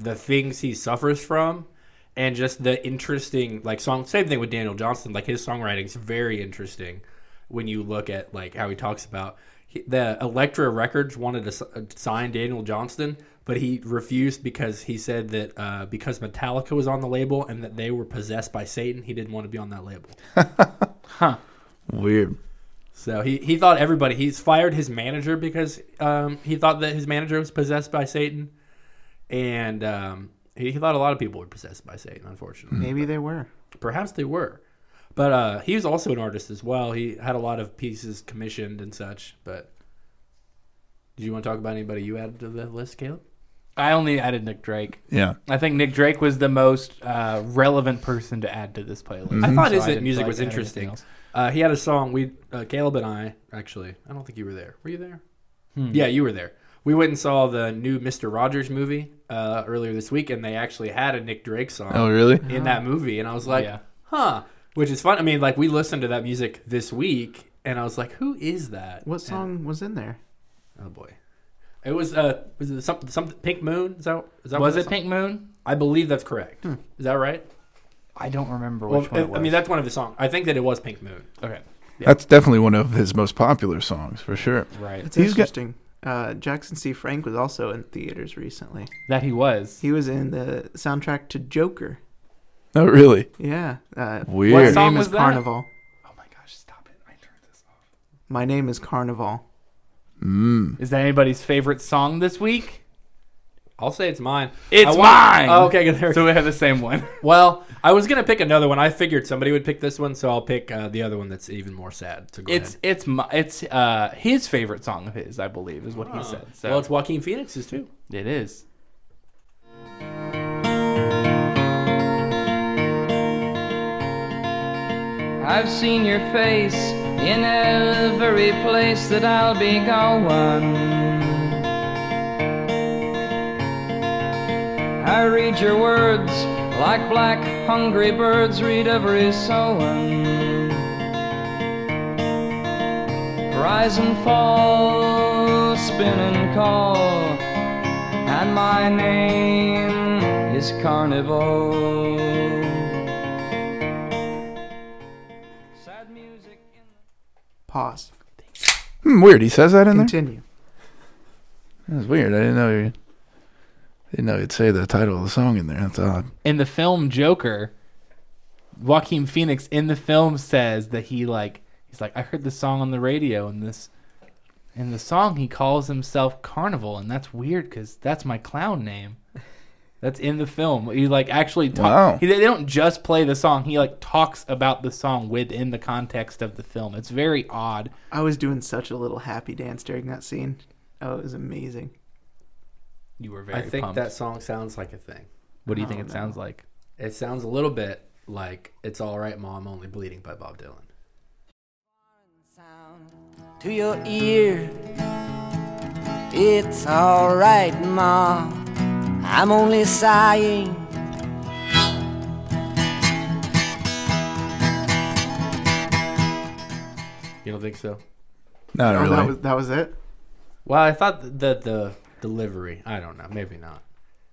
[SPEAKER 5] the things he suffers from and just the interesting, like, song, same thing with Daniel Johnston, like, his songwriting's very interesting when you look at like how he talks about he, the Elektra Records wanted to s- uh, sign Daniel Johnston, but he refused because he said that uh, because Metallica was on the label and that they were possessed by Satan, he didn't want to be on that label.
[SPEAKER 4] Weird.
[SPEAKER 5] So he, he thought everybody he's fired his manager because um, he thought that his manager was possessed by Satan, and um, he, he thought a lot of people were possessed by Satan. Unfortunately,
[SPEAKER 3] Maybe they were.
[SPEAKER 5] perhaps they were, but uh, he was also an artist as well. He had a lot of pieces commissioned and such. But do you want to talk about anybody you added to the list, Caleb?
[SPEAKER 1] I only added Nick Drake.
[SPEAKER 4] Yeah.
[SPEAKER 1] I think Nick Drake was the most uh, relevant person to add to this playlist.
[SPEAKER 4] Mm-hmm.
[SPEAKER 5] I thought
[SPEAKER 1] So
[SPEAKER 5] his
[SPEAKER 1] didn't
[SPEAKER 5] music
[SPEAKER 1] like
[SPEAKER 5] was
[SPEAKER 1] to add anything
[SPEAKER 5] interesting.
[SPEAKER 1] else.
[SPEAKER 5] Uh, he had a song. We uh, Caleb and I actually. I don't think you were there. Were you there?
[SPEAKER 1] Hmm.
[SPEAKER 5] Yeah, you were there. We went and saw the new Mister Rogers movie uh, earlier this week, and they actually had a Nick Drake song
[SPEAKER 4] Oh, really?
[SPEAKER 5] in that movie, and I was like,
[SPEAKER 1] yeah.
[SPEAKER 5] huh, which is fun. I mean, like we listened to that music this week, and I was like, who is that?
[SPEAKER 3] What song was in there?
[SPEAKER 5] And- oh boy. It was uh was it something something Pink Moon is that is that
[SPEAKER 1] Was
[SPEAKER 5] what
[SPEAKER 1] it
[SPEAKER 5] that
[SPEAKER 1] Pink Moon?
[SPEAKER 5] song- I believe that's correct. Is that right?
[SPEAKER 1] I don't remember
[SPEAKER 5] Well,
[SPEAKER 1] which one it was.
[SPEAKER 5] I mean that's one of the songs. I think that it was Pink Moon.
[SPEAKER 1] okay,
[SPEAKER 4] That's definitely one of his most popular songs for sure.
[SPEAKER 1] right?
[SPEAKER 3] It's
[SPEAKER 4] He's got-
[SPEAKER 3] interesting. uh, Jackson C. Frank was also in theaters recently.
[SPEAKER 1] That he was.
[SPEAKER 3] He was in the soundtrack to Joker.
[SPEAKER 4] Oh, really?
[SPEAKER 3] Yeah. Uh,
[SPEAKER 4] Weird.
[SPEAKER 3] My
[SPEAKER 1] song
[SPEAKER 3] name
[SPEAKER 1] was
[SPEAKER 3] is
[SPEAKER 1] that?
[SPEAKER 3] Carnival.
[SPEAKER 1] Oh my gosh! Stop it! I turned this off.
[SPEAKER 3] My name is Carnival.
[SPEAKER 4] Mm.
[SPEAKER 1] Is that anybody's favorite song this week?
[SPEAKER 5] I'll say it's mine.
[SPEAKER 1] It's
[SPEAKER 5] I
[SPEAKER 1] mine!
[SPEAKER 5] Oh, okay, good. There.
[SPEAKER 1] So we have the same one.
[SPEAKER 5] well, I was gonna pick another one. I figured somebody would pick this one, so I'll pick uh, the other one that's even more sad. So go
[SPEAKER 1] It's
[SPEAKER 5] ahead.
[SPEAKER 1] it's my, it's uh his favorite song of his, I believe, is what he said. So
[SPEAKER 5] well, it's Joaquin Phoenix's too.
[SPEAKER 1] it is.
[SPEAKER 2] I've seen your face in every place that I'll be going. I read your words like black hungry birds read every sowing. Rise and fall, spin and call, and my name is Carnival. Sad music in the
[SPEAKER 3] Pause.
[SPEAKER 4] Hmm, weird. He says that in there.
[SPEAKER 3] Continue.
[SPEAKER 4] That's weird. I didn't know. He, didn't know he'd say the title of the song in there. That's odd.
[SPEAKER 1] In the film Joker, Joaquin Phoenix in the film says that he like he's like I heard the song on the radio and this in the song he calls himself Carnival and that's weird cuz that's my clown name. That's in the film. He like actually talk,
[SPEAKER 4] Wow.
[SPEAKER 1] he, they don't just play the song. He like talks about the song within the context of the film. It's very odd.
[SPEAKER 3] I was doing such a little happy dance during that scene. Oh, it was amazing.
[SPEAKER 1] You were very
[SPEAKER 5] I think
[SPEAKER 1] pumped.
[SPEAKER 5] that song sounds like a thing.
[SPEAKER 1] what do you
[SPEAKER 3] I
[SPEAKER 1] think it
[SPEAKER 3] don't know.
[SPEAKER 1] sounds like?
[SPEAKER 5] It sounds a little bit like "It's All Right, Mom, Only Bleeding" by Bob Dylan.
[SPEAKER 7] sound to your ear. It's alright, Ma. I'm only sighing.
[SPEAKER 5] You don't think so?
[SPEAKER 4] Not
[SPEAKER 3] Oh,
[SPEAKER 4] really.
[SPEAKER 3] that was that was it.
[SPEAKER 5] Well, I thought th- that the delivery. I don't know. Maybe not.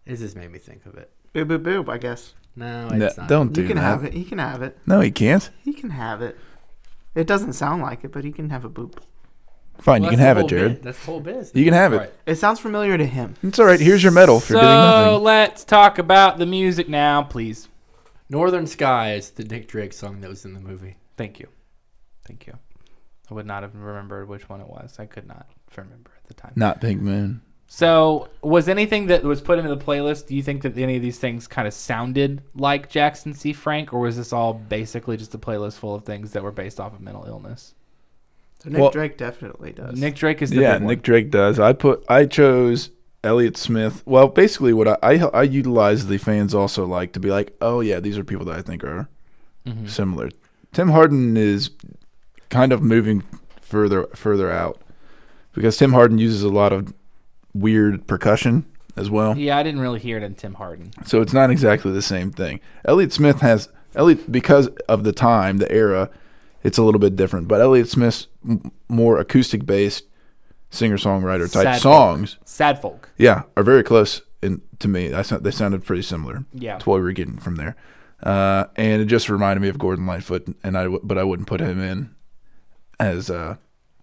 [SPEAKER 5] It just made me think of it.
[SPEAKER 3] Boo boo boo. I guess
[SPEAKER 5] No,
[SPEAKER 4] No,
[SPEAKER 5] it's not.
[SPEAKER 4] don't do
[SPEAKER 3] you can
[SPEAKER 4] that.
[SPEAKER 3] have it. He can have it.
[SPEAKER 4] No, he can't.
[SPEAKER 3] He can have it. It doesn't sound like it, but he can have a boop.
[SPEAKER 4] Fine,
[SPEAKER 5] Well,
[SPEAKER 4] you
[SPEAKER 5] that's
[SPEAKER 4] can
[SPEAKER 5] the
[SPEAKER 4] have it,
[SPEAKER 5] whole
[SPEAKER 4] Jared.
[SPEAKER 5] bit. That's the whole biz.
[SPEAKER 4] You can have it.
[SPEAKER 5] Right.
[SPEAKER 3] It sounds familiar to him.
[SPEAKER 4] It's all right. Here's your medal for
[SPEAKER 1] so
[SPEAKER 4] doing nothing.
[SPEAKER 1] let's talk about the music now, please.
[SPEAKER 5] Northern Sky is the Nick Drake song that was in the movie.
[SPEAKER 1] Thank you. Thank you. I would not have remembered which one it was. I could not remember at the time.
[SPEAKER 4] Not Big Moon.
[SPEAKER 1] So, was anything that was put into the playlist, do you think that any of these things kind of sounded like Jackson C. Frank, or was this all basically just a playlist full of things that were based off of mental illness?
[SPEAKER 3] So Nick
[SPEAKER 4] Well-
[SPEAKER 3] Drake definitely does.
[SPEAKER 1] Nick Drake is the
[SPEAKER 4] yeah,
[SPEAKER 1] big one.
[SPEAKER 4] Nick Drake does. I put. I chose Elliott Smith. Well, basically, what I I, I utilize the fans also like to be like, oh yeah, these are people that I think are
[SPEAKER 1] Mm-hmm.
[SPEAKER 4] similar. Tim Harden is kind of moving further further out because Tim Harden uses a lot of weird percussion as well.
[SPEAKER 1] Yeah, I didn't really hear it in Tim Harden.
[SPEAKER 4] So it's not exactly the same thing. Elliott Smith has Elliott because of the time, the era, it's a little bit different. But Elliott Smith's m- more acoustic based singer songwriter type
[SPEAKER 1] Sad
[SPEAKER 4] songs,
[SPEAKER 1] Sad folk.
[SPEAKER 4] yeah, are very close in, to me. I, sou- they sounded pretty similar.
[SPEAKER 1] Yeah.
[SPEAKER 4] to what we were getting from there. Uh, and it just reminded me of Gordon Lightfoot, and I w- but I wouldn't put him in as uh,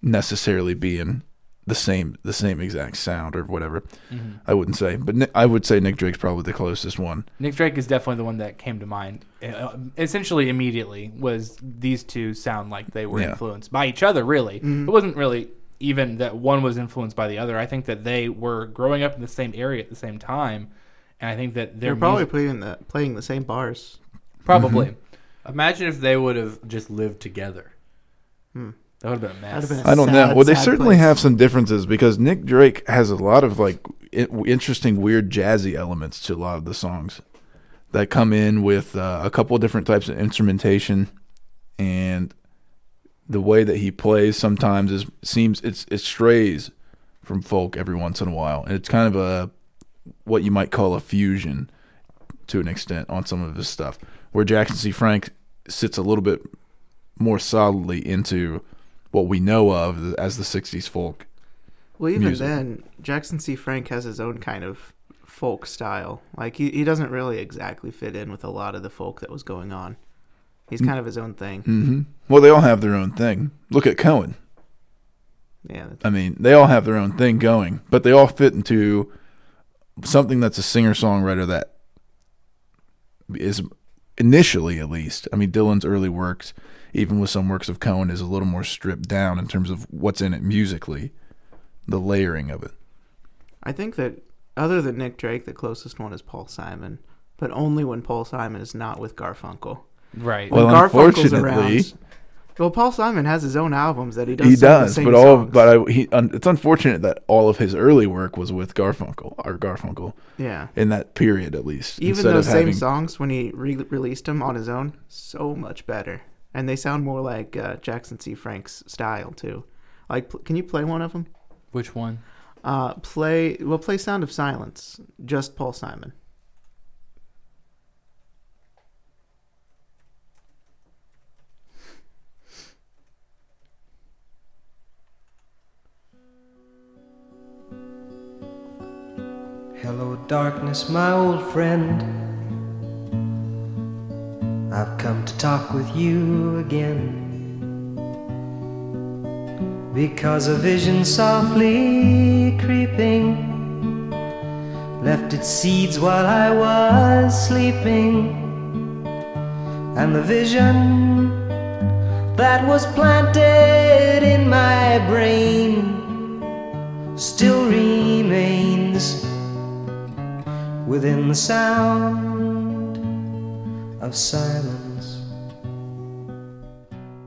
[SPEAKER 4] necessarily being the same the same exact sound or whatever.
[SPEAKER 1] Mm-hmm.
[SPEAKER 4] I wouldn't say, but Ni- I would say Nick Drake's probably the closest one.
[SPEAKER 1] Nick Drake is definitely the one that came to mind. Uh, essentially, immediately was these two sound like they were
[SPEAKER 4] Yeah.
[SPEAKER 1] influenced by each other. Really,
[SPEAKER 3] Mm-hmm.
[SPEAKER 1] it wasn't really even that one was influenced by the other. I think that they were growing up in the same area at the same time, and I think that
[SPEAKER 3] They're
[SPEAKER 1] their
[SPEAKER 3] probably Mm-hmm.
[SPEAKER 1] probably
[SPEAKER 3] playing the playing the same bars.
[SPEAKER 1] probably
[SPEAKER 5] Imagine if they would have just lived together.
[SPEAKER 1] that would have been a mess.
[SPEAKER 3] That'd have been a
[SPEAKER 4] I don't know.
[SPEAKER 3] sad,
[SPEAKER 4] Well, they
[SPEAKER 3] sad
[SPEAKER 4] certainly
[SPEAKER 3] place.
[SPEAKER 4] have some differences because Nick Drake has a lot of like i- interesting, weird jazzy elements to a lot of the songs that come in with uh, a couple different types of instrumentation, and the way that he plays sometimes is seems it's it strays from folk every once in a while, and it's kind of a what you might call a fusion to an extent on some of his stuff, where Jackson C. Frank sits a little bit more solidly into what we know of as the 60s folk.
[SPEAKER 3] Well, even
[SPEAKER 4] music.
[SPEAKER 3] then, Jackson C. Frank has his own kind of folk style. Like he, he doesn't really exactly fit in with a lot of the folk that was going on. He's
[SPEAKER 4] Mm.
[SPEAKER 3] kind of his own thing.
[SPEAKER 4] Well, they all have their own thing. Look at Cohen.
[SPEAKER 3] Yeah,
[SPEAKER 4] I mean, they all have their own thing going, but they all fit into something that's a singer songwriter that is initially, at least. I mean, Dylan's early works, even with some works of Cohen, is a little more stripped down in terms of what's in it musically, the layering of it.
[SPEAKER 3] I think that other than Nick Drake, the closest one is Paul Simon, but only when Paul Simon is not with Garfunkel.
[SPEAKER 1] right.
[SPEAKER 4] Well,
[SPEAKER 3] when Garfunkel's
[SPEAKER 4] unfortunately-
[SPEAKER 3] around, well, Paul Simon has his own albums that he does.
[SPEAKER 4] he
[SPEAKER 3] some of the
[SPEAKER 4] does,
[SPEAKER 3] same
[SPEAKER 4] but all
[SPEAKER 3] songs.
[SPEAKER 4] but I, he un, it's unfortunate that all of his early work was with Garfunkel or Garfunkel
[SPEAKER 3] yeah.
[SPEAKER 4] in that period at least.
[SPEAKER 3] Even
[SPEAKER 4] instead
[SPEAKER 3] those
[SPEAKER 4] of
[SPEAKER 3] same
[SPEAKER 4] having-
[SPEAKER 3] songs, when he re- released them on his own, so much better, and they sound more like uh, Jackson C. Frank's style too. Like, pl- can you play one of them?
[SPEAKER 1] Which one?
[SPEAKER 3] Uh, play well. Play Sound of Silence, just Paul Simon.
[SPEAKER 8] Hello, darkness, my old friend. I've come to talk with you again. Because a vision softly creeping left its seeds while I was sleeping. And the vision that was planted in my brain still remains within the sound of silence.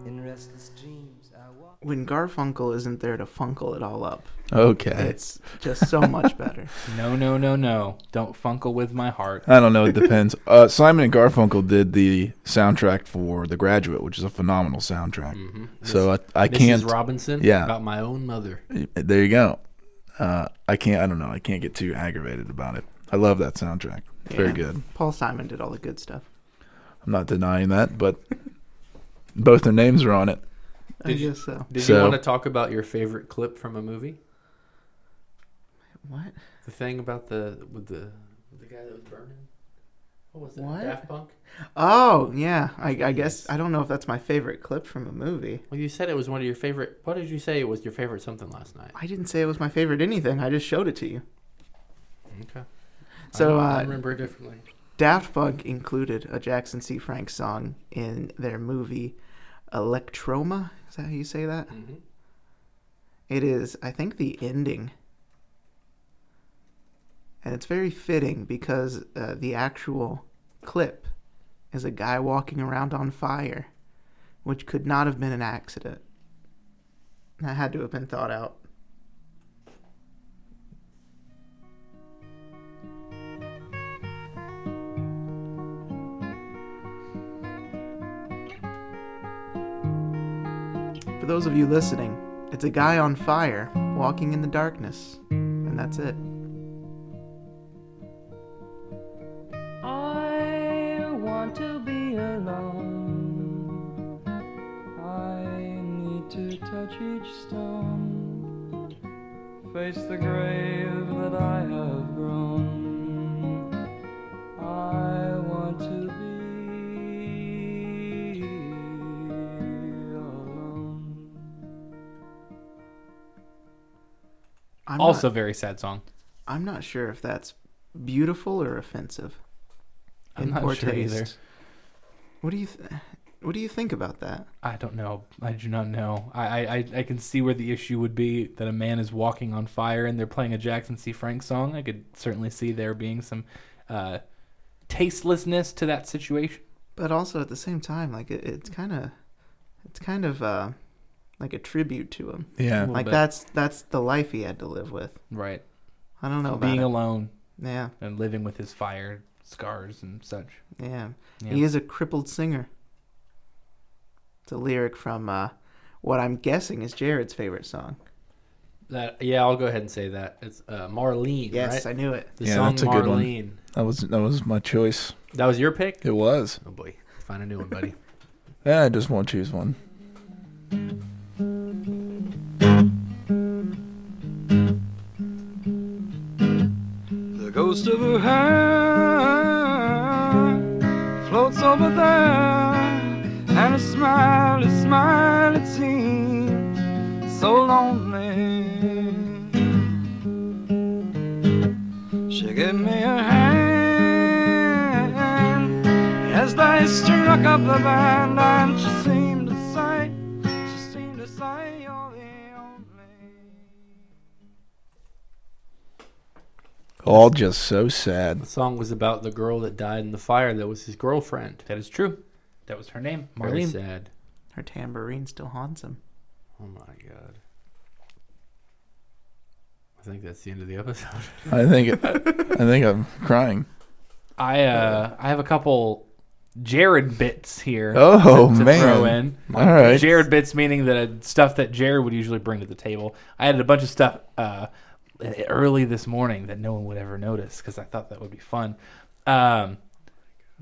[SPEAKER 8] In restless dreams, I walk.
[SPEAKER 3] When Garfunkel isn't there to funkle it all up,
[SPEAKER 4] Okay.
[SPEAKER 3] it's just so much better.
[SPEAKER 1] No, no, no, no. Don't funkle with my heart.
[SPEAKER 4] I don't know. It depends. uh, Simon and Garfunkel did the soundtrack for The Graduate, which is a phenomenal soundtrack.
[SPEAKER 3] Mm-hmm.
[SPEAKER 4] So I, I
[SPEAKER 5] Mrs.
[SPEAKER 4] can't.
[SPEAKER 5] Robinson.
[SPEAKER 4] yeah.
[SPEAKER 5] About my own mother.
[SPEAKER 4] There you go. Uh, I can't. I don't know. I can't get too aggravated about it. I love that soundtrack. It's very
[SPEAKER 3] Yeah.
[SPEAKER 4] good.
[SPEAKER 3] Paul Simon did all the good stuff.
[SPEAKER 4] I'm not denying that, but both their names are on it.
[SPEAKER 3] I
[SPEAKER 5] Did you-
[SPEAKER 3] guess so.
[SPEAKER 5] Did you
[SPEAKER 4] So-
[SPEAKER 5] want to talk about your favorite clip from a movie?
[SPEAKER 3] What?
[SPEAKER 5] The thing about the with the with the guy that was burning. What was that?
[SPEAKER 3] What?
[SPEAKER 5] Daft Punk.
[SPEAKER 3] Oh yeah, I, I guess I don't know if that's my favorite clip from a movie.
[SPEAKER 5] Well, you said it was one of your favorite. What did you say was your favorite something last night?
[SPEAKER 3] I didn't say it was my favorite anything. I just showed it to you.
[SPEAKER 5] Okay.
[SPEAKER 3] So
[SPEAKER 5] I, I
[SPEAKER 3] uh,
[SPEAKER 5] remember it differently.
[SPEAKER 3] Daft Punk included a Jackson C. Frank song in their movie Electroma. Is that how you say that?
[SPEAKER 5] Mhm.
[SPEAKER 3] It is, I think, the ending. And it's very fitting because uh, the actual clip is a guy walking around on fire, which could not have been an accident. That had to have been thought out. For those of you listening, it's a guy on fire walking in the darkness, and that's it.
[SPEAKER 2] I want to be alone. I need to touch each stone, face the grave that I have grown. I want to be alone.
[SPEAKER 3] I'm
[SPEAKER 1] also
[SPEAKER 3] not,
[SPEAKER 1] very sad song.
[SPEAKER 3] I'm not sure if that's beautiful or offensive.
[SPEAKER 1] I'm not sure either.
[SPEAKER 3] What do you th- What do you think about that?
[SPEAKER 1] I don't know. I do not know. I, I, I- I can see where the issue would be that a man is walking on fire and they're playing a Jackson C. Frank song. I could certainly see there being some uh, tastelessness to that situation.
[SPEAKER 3] But also at the same time, like it, it's kind of, it's kind of uh, like a tribute to him.
[SPEAKER 4] Yeah.
[SPEAKER 1] Little
[SPEAKER 3] Like
[SPEAKER 1] bit.
[SPEAKER 3] that's that's the life he had to live with.
[SPEAKER 1] Right.
[SPEAKER 3] I don't know about
[SPEAKER 1] Being
[SPEAKER 3] it.
[SPEAKER 1] alone
[SPEAKER 3] yeah,
[SPEAKER 1] and living with his fire scars and such.
[SPEAKER 3] yeah,
[SPEAKER 1] Yeah.
[SPEAKER 3] He is a crippled singer. It's a lyric from uh, what I'm guessing is Jared's favorite song.
[SPEAKER 5] That yeah, I'll go ahead and say that it's uh, Marlene.
[SPEAKER 3] Yes,
[SPEAKER 5] right?
[SPEAKER 3] I knew it.
[SPEAKER 5] the
[SPEAKER 4] Yeah,
[SPEAKER 5] song
[SPEAKER 4] that's a
[SPEAKER 5] Marlene.
[SPEAKER 4] good one. That was that was my choice.
[SPEAKER 5] That was your pick.
[SPEAKER 4] It was.
[SPEAKER 5] Oh boy, find a new one, buddy.
[SPEAKER 4] Yeah, I just won't choose one.
[SPEAKER 2] The ghost of her hair floats over there, and a smile, a smile, it seems so lonely. She gave me a hand as they struck up the band, and she seemed to say, she seemed to say, you're the only.
[SPEAKER 4] All just so sad.
[SPEAKER 5] The song was about the girl that died in the fire that was his girlfriend.
[SPEAKER 1] That is true. That was her name,
[SPEAKER 5] Very
[SPEAKER 1] Marlene.
[SPEAKER 5] sad.
[SPEAKER 3] Her tambourine still haunts him.
[SPEAKER 5] Oh my god. I think that's the end of the episode.
[SPEAKER 4] I think it, I think I'm crying.
[SPEAKER 1] I uh I have a couple Jared bits here.
[SPEAKER 4] Oh,
[SPEAKER 1] to, to
[SPEAKER 4] man.
[SPEAKER 1] Throw in.
[SPEAKER 4] All right.
[SPEAKER 1] Jared bits meaning that uh, stuff that Jared would usually bring to the table. I added a bunch of stuff uh, early this morning that no one would ever notice because I thought that would be fun. Um,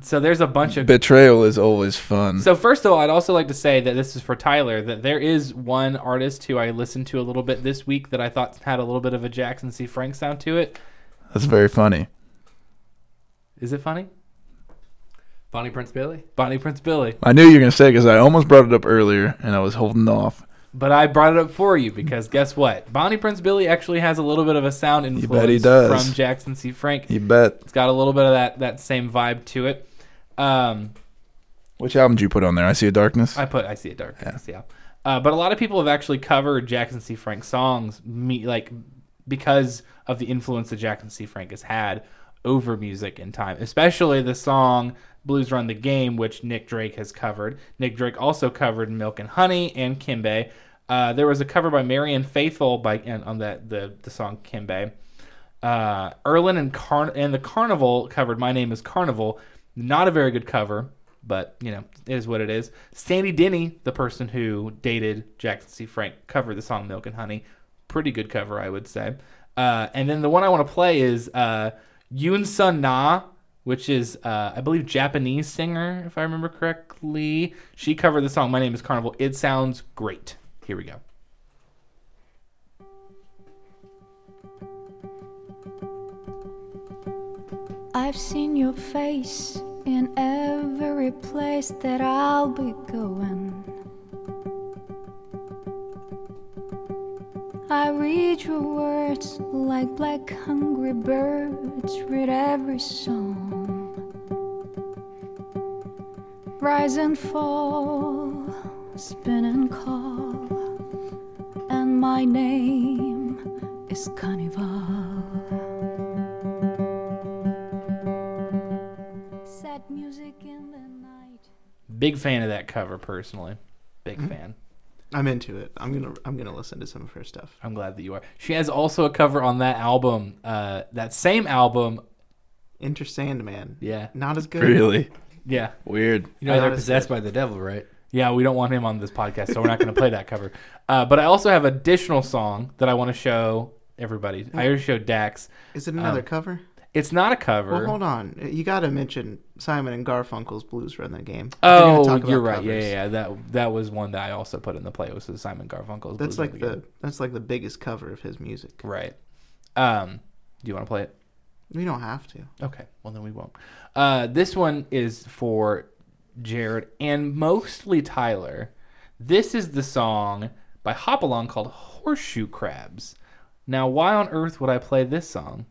[SPEAKER 1] so there's a bunch of
[SPEAKER 4] Betrayal is always fun.
[SPEAKER 1] so first of all, I'd also like to say that this is for Tyler. That there is one artist who I listened to a little bit this week that I thought had a little bit of a Jackson C. Frank sound to it.
[SPEAKER 4] That's very funny.
[SPEAKER 1] Is it funny?
[SPEAKER 5] Bonnie Prince Bailey?
[SPEAKER 1] Bonnie Prince Billy.
[SPEAKER 4] I knew you were gonna say because I almost brought it up earlier and I was holding off.
[SPEAKER 1] But I brought it up for you because guess what? Bonnie Prince Billy actually has a little bit of a sound influence
[SPEAKER 4] bet he does.
[SPEAKER 1] from Jackson C. Frank.
[SPEAKER 4] You bet.
[SPEAKER 1] It's got a little bit of that that same vibe to it. Um,
[SPEAKER 4] Which album did you put on there? I see a darkness.
[SPEAKER 1] I put I see it dark. Yeah. yeah. Uh, but a lot of people have actually covered Jackson C. Frank songs, me like because of the influence that Jackson C. Frank has had over music in time, especially the song "Blues Run the Game," which Nick Drake has covered. Nick Drake also covered "Milk and Honey" and "Kimbe." Uh, there was a cover by Marianne Faithful by and on that the the song "Kimbe." Uh, Erlin and Carn and the Carnival covered "My Name Is Carnival." Not a very good cover, but you know it is what it is. Sandy Denny, the person who dated Jackson C. Frank, covered the song "Milk and Honey." Pretty good cover, I would say. Uh, and then the one I want to play is uh, Yoon Sun Na which is uh, I believe Japanese singer, if I remember correctly. She covered the song "My Name Is Carnival." It sounds great. Here we go.
[SPEAKER 9] I've seen your face in every place that I'll be going. I read your words like black hungry birds read every song. Rise and fall, spin and call, and my name is Carnival. Sad music in the night.
[SPEAKER 1] Big fan of that cover personally. Big fan.
[SPEAKER 3] I'm into it. I'm gonna I'm gonna listen to some of her stuff.
[SPEAKER 1] I'm glad that you are. She has also a cover on that album, uh, that same album.
[SPEAKER 3] Enter Sandman.
[SPEAKER 1] Yeah,
[SPEAKER 3] Not as good.
[SPEAKER 4] Really
[SPEAKER 1] yeah,
[SPEAKER 4] weird.
[SPEAKER 5] You know,
[SPEAKER 3] I
[SPEAKER 5] they're
[SPEAKER 3] noticed
[SPEAKER 5] possessed by the devil, right?
[SPEAKER 1] yeah. We don't want him on this podcast, so we're not going to play that cover. Uh, but I also have additional song that I want to show everybody.
[SPEAKER 3] Hmm.
[SPEAKER 1] I already showed Dax.
[SPEAKER 3] Is it
[SPEAKER 1] Oh.
[SPEAKER 3] another cover?
[SPEAKER 1] It's not a cover.
[SPEAKER 3] Well, hold on. You got to mention Simon and Garfunkel's Blues Run the Game. If
[SPEAKER 1] Oh,
[SPEAKER 3] gonna talk
[SPEAKER 1] you're
[SPEAKER 3] about
[SPEAKER 1] right. Yeah,
[SPEAKER 3] covers.
[SPEAKER 1] yeah, yeah. That that was one that I also put in the play was the Simon Garfunkel's.
[SPEAKER 3] That's
[SPEAKER 1] Blues on
[SPEAKER 3] like the
[SPEAKER 1] Game.
[SPEAKER 3] that's like the biggest cover of his music.
[SPEAKER 1] right. Um, do you want to play it?
[SPEAKER 3] We don't have to.
[SPEAKER 1] Okay. Well, then we won't. Uh, this one is for Jared and mostly Tyler. This is the song by Hopalong called Horseshoe Crabs. Now, why on earth would I play this song?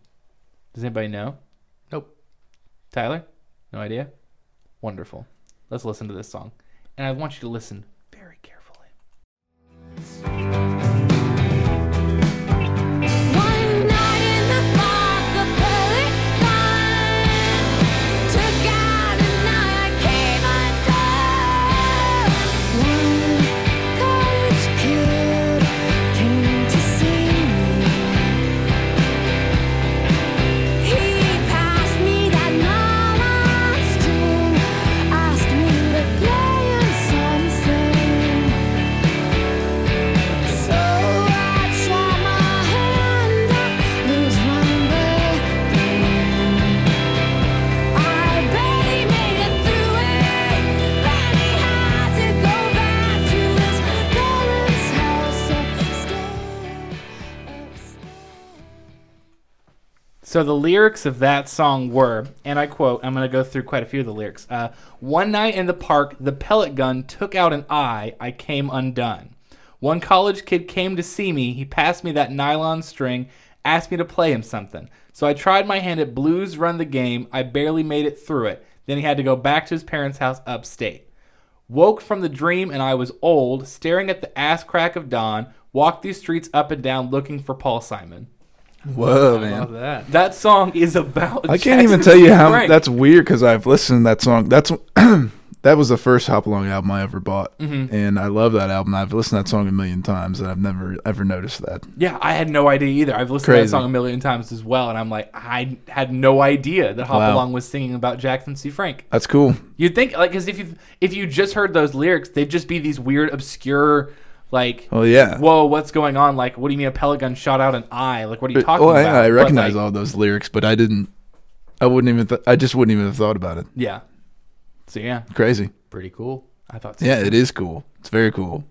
[SPEAKER 1] Does anybody know?
[SPEAKER 5] Nope.
[SPEAKER 1] Tyler? No idea? Wonderful. Let's listen to this song. And I want you to listen very carefully.
[SPEAKER 9] One night in the park, the Pelican took out and I came undone. One college kid came to see me. He passed me that nylon string, asked me to play him something. So I try my hand, lose my way. I bet he made it through it, but he had to go back to his parents' house upstairs.
[SPEAKER 1] So the lyrics of that song were, and I quote, I'm going to go through quite a few of the lyrics. Uh, One night in the park, the pellet gun took out an eye. I came undone. One college kid came to see me. He passed me that nylon string, asked me to play him something. So I tried my hand at Blues Run the Game. I barely made it through it. Then he had to go back to his parents' house upstate. Woke from the dream and I was old, staring at the ass crack of dawn, walked these streets up and down looking for Paul Simon.
[SPEAKER 4] Whoa,
[SPEAKER 5] Love
[SPEAKER 4] man.
[SPEAKER 5] that.
[SPEAKER 1] That song is about.
[SPEAKER 4] I can't even
[SPEAKER 1] Jackson
[SPEAKER 4] tell you
[SPEAKER 1] Steve
[SPEAKER 4] how
[SPEAKER 1] Frank.
[SPEAKER 4] that's weird because I've listened to that song. That's that was the first Hopalong album I ever bought,
[SPEAKER 1] Mm-hmm.
[SPEAKER 4] and I love that album. I've listened to that song a million times, and I've never ever noticed that.
[SPEAKER 1] Yeah, I had no idea either. I've listened to that
[SPEAKER 4] Crazy.
[SPEAKER 1] song a million times as well, and I'm like, I had no idea that Hop
[SPEAKER 4] Wow.
[SPEAKER 1] Along was singing about Jackson C. Frank.
[SPEAKER 4] That's cool.
[SPEAKER 1] You'd think, like, because if you if you just heard those lyrics, they'd just be these weird, obscure, like,
[SPEAKER 4] Well, Oh, yeah.
[SPEAKER 1] whoa, what's going on? Like, what do you mean a pellet gun shot out an eye? Like, what are you talking
[SPEAKER 4] oh,
[SPEAKER 1] about?
[SPEAKER 4] yeah, I
[SPEAKER 1] But,
[SPEAKER 4] recognize
[SPEAKER 1] like,
[SPEAKER 4] all those lyrics, but I didn't. I wouldn't even. Th- I just wouldn't even have thought about it.
[SPEAKER 1] Yeah. So yeah,
[SPEAKER 4] Crazy.
[SPEAKER 5] Pretty cool.
[SPEAKER 1] I thought. So.
[SPEAKER 4] Yeah, it is cool. It's very cool.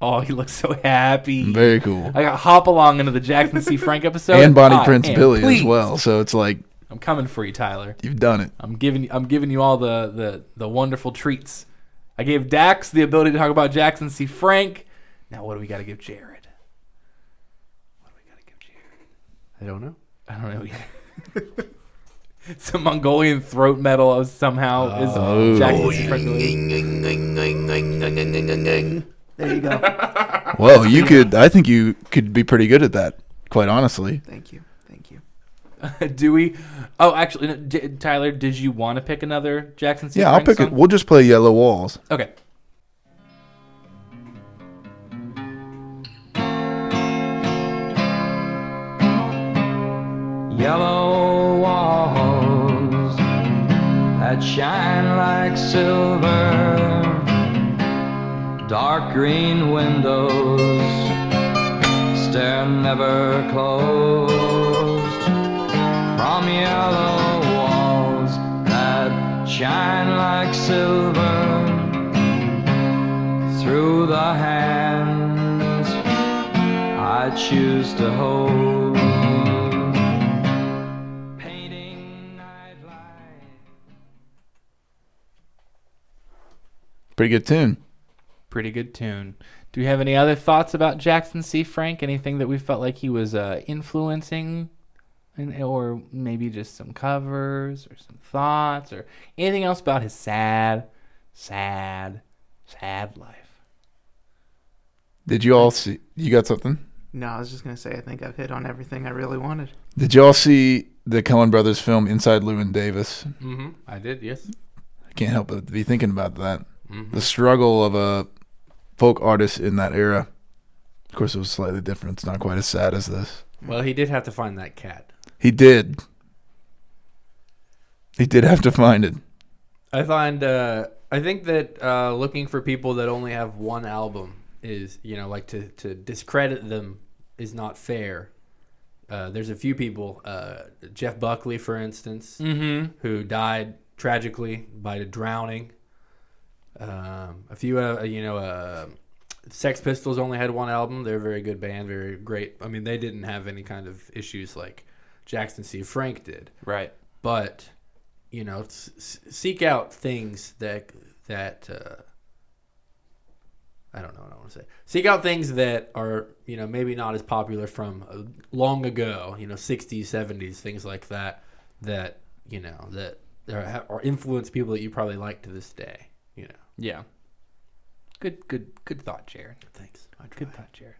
[SPEAKER 1] Oh, he looks so happy.
[SPEAKER 4] Very cool.
[SPEAKER 1] I got Hop Along into the Jackson C. Frank episode
[SPEAKER 4] and Bonnie
[SPEAKER 1] I
[SPEAKER 4] Prince
[SPEAKER 1] am
[SPEAKER 4] Billy
[SPEAKER 1] pleased.
[SPEAKER 4] as well. So it's like
[SPEAKER 1] I'm coming for you, Tyler.
[SPEAKER 4] you've done it.
[SPEAKER 1] I'm giving you, I'm giving you all the, the the wonderful treats. I gave Dax the ability to talk about Jackson C. Frank. Now what do we got to give Jared? What do we got to give Jared?
[SPEAKER 5] I don't know.
[SPEAKER 1] I don't know. Some Mongolian throat metal somehow
[SPEAKER 4] Oh.
[SPEAKER 1] is Jackson C. Frank. related.
[SPEAKER 3] There you go.
[SPEAKER 4] Well, you could. I think you could be pretty good at that. Quite honestly,
[SPEAKER 3] Thank you. Thank you.
[SPEAKER 1] do we? Oh, actually, no, d- Tyler, did you want to pick another Jackson C.
[SPEAKER 4] yeah. I'll
[SPEAKER 1] Frank
[SPEAKER 4] pick
[SPEAKER 1] song?
[SPEAKER 4] it. We'll just play Yellow Walls.
[SPEAKER 1] Okay.
[SPEAKER 8] Yellow walls that shine like silver, dark green windows, stare never closed. From yellow walls
[SPEAKER 2] shine like silver through the hands I choose to hold. Painting night light.
[SPEAKER 4] Pretty good tune.
[SPEAKER 1] Pretty good tune. Do we have any other thoughts about Jackson C. Frank? Anything that we felt like he was uh, influencing, and, or maybe just some covers or some thoughts or anything else about his sad, sad, sad life?
[SPEAKER 4] Did you all see? You got something?
[SPEAKER 3] No, I was just gonna say I think I've hit on everything I really wanted.
[SPEAKER 4] Did y'all see the Coen Brothers film Inside Lewin Davis?
[SPEAKER 5] Mm-hmm. I did, yes.
[SPEAKER 4] I can't help but be thinking about that. The struggle of a folk artist in that era. Of course, it was slightly different. It's not quite as sad as this.
[SPEAKER 5] Well, he did have to find that cat.
[SPEAKER 4] He did. He did have to find it.
[SPEAKER 5] I find uh, I think that uh, looking for people that only have one album is you know like to to discredit them is not fair. Uh, there's a few people, uh, Jeff Buckley, for instance, who died tragically by drowning. Um, a few, uh, you know, uh, Sex Pistols only had one album. They're a very good band, very great. I mean, they didn't have any kind of issues like Jackson C. Frank did
[SPEAKER 1] Right.
[SPEAKER 5] but you know s- s- seek out things that that uh, I don't know what I want to say. Seek out things that are you know maybe not as popular from uh, long ago, you know, 60s, 70s, things like that that you know that are, ha- or influence people that you probably like to this day. You know,
[SPEAKER 1] Yeah. Good, good, good thought, Jared.
[SPEAKER 5] thanks. I tried.
[SPEAKER 1] Good thought, Jared.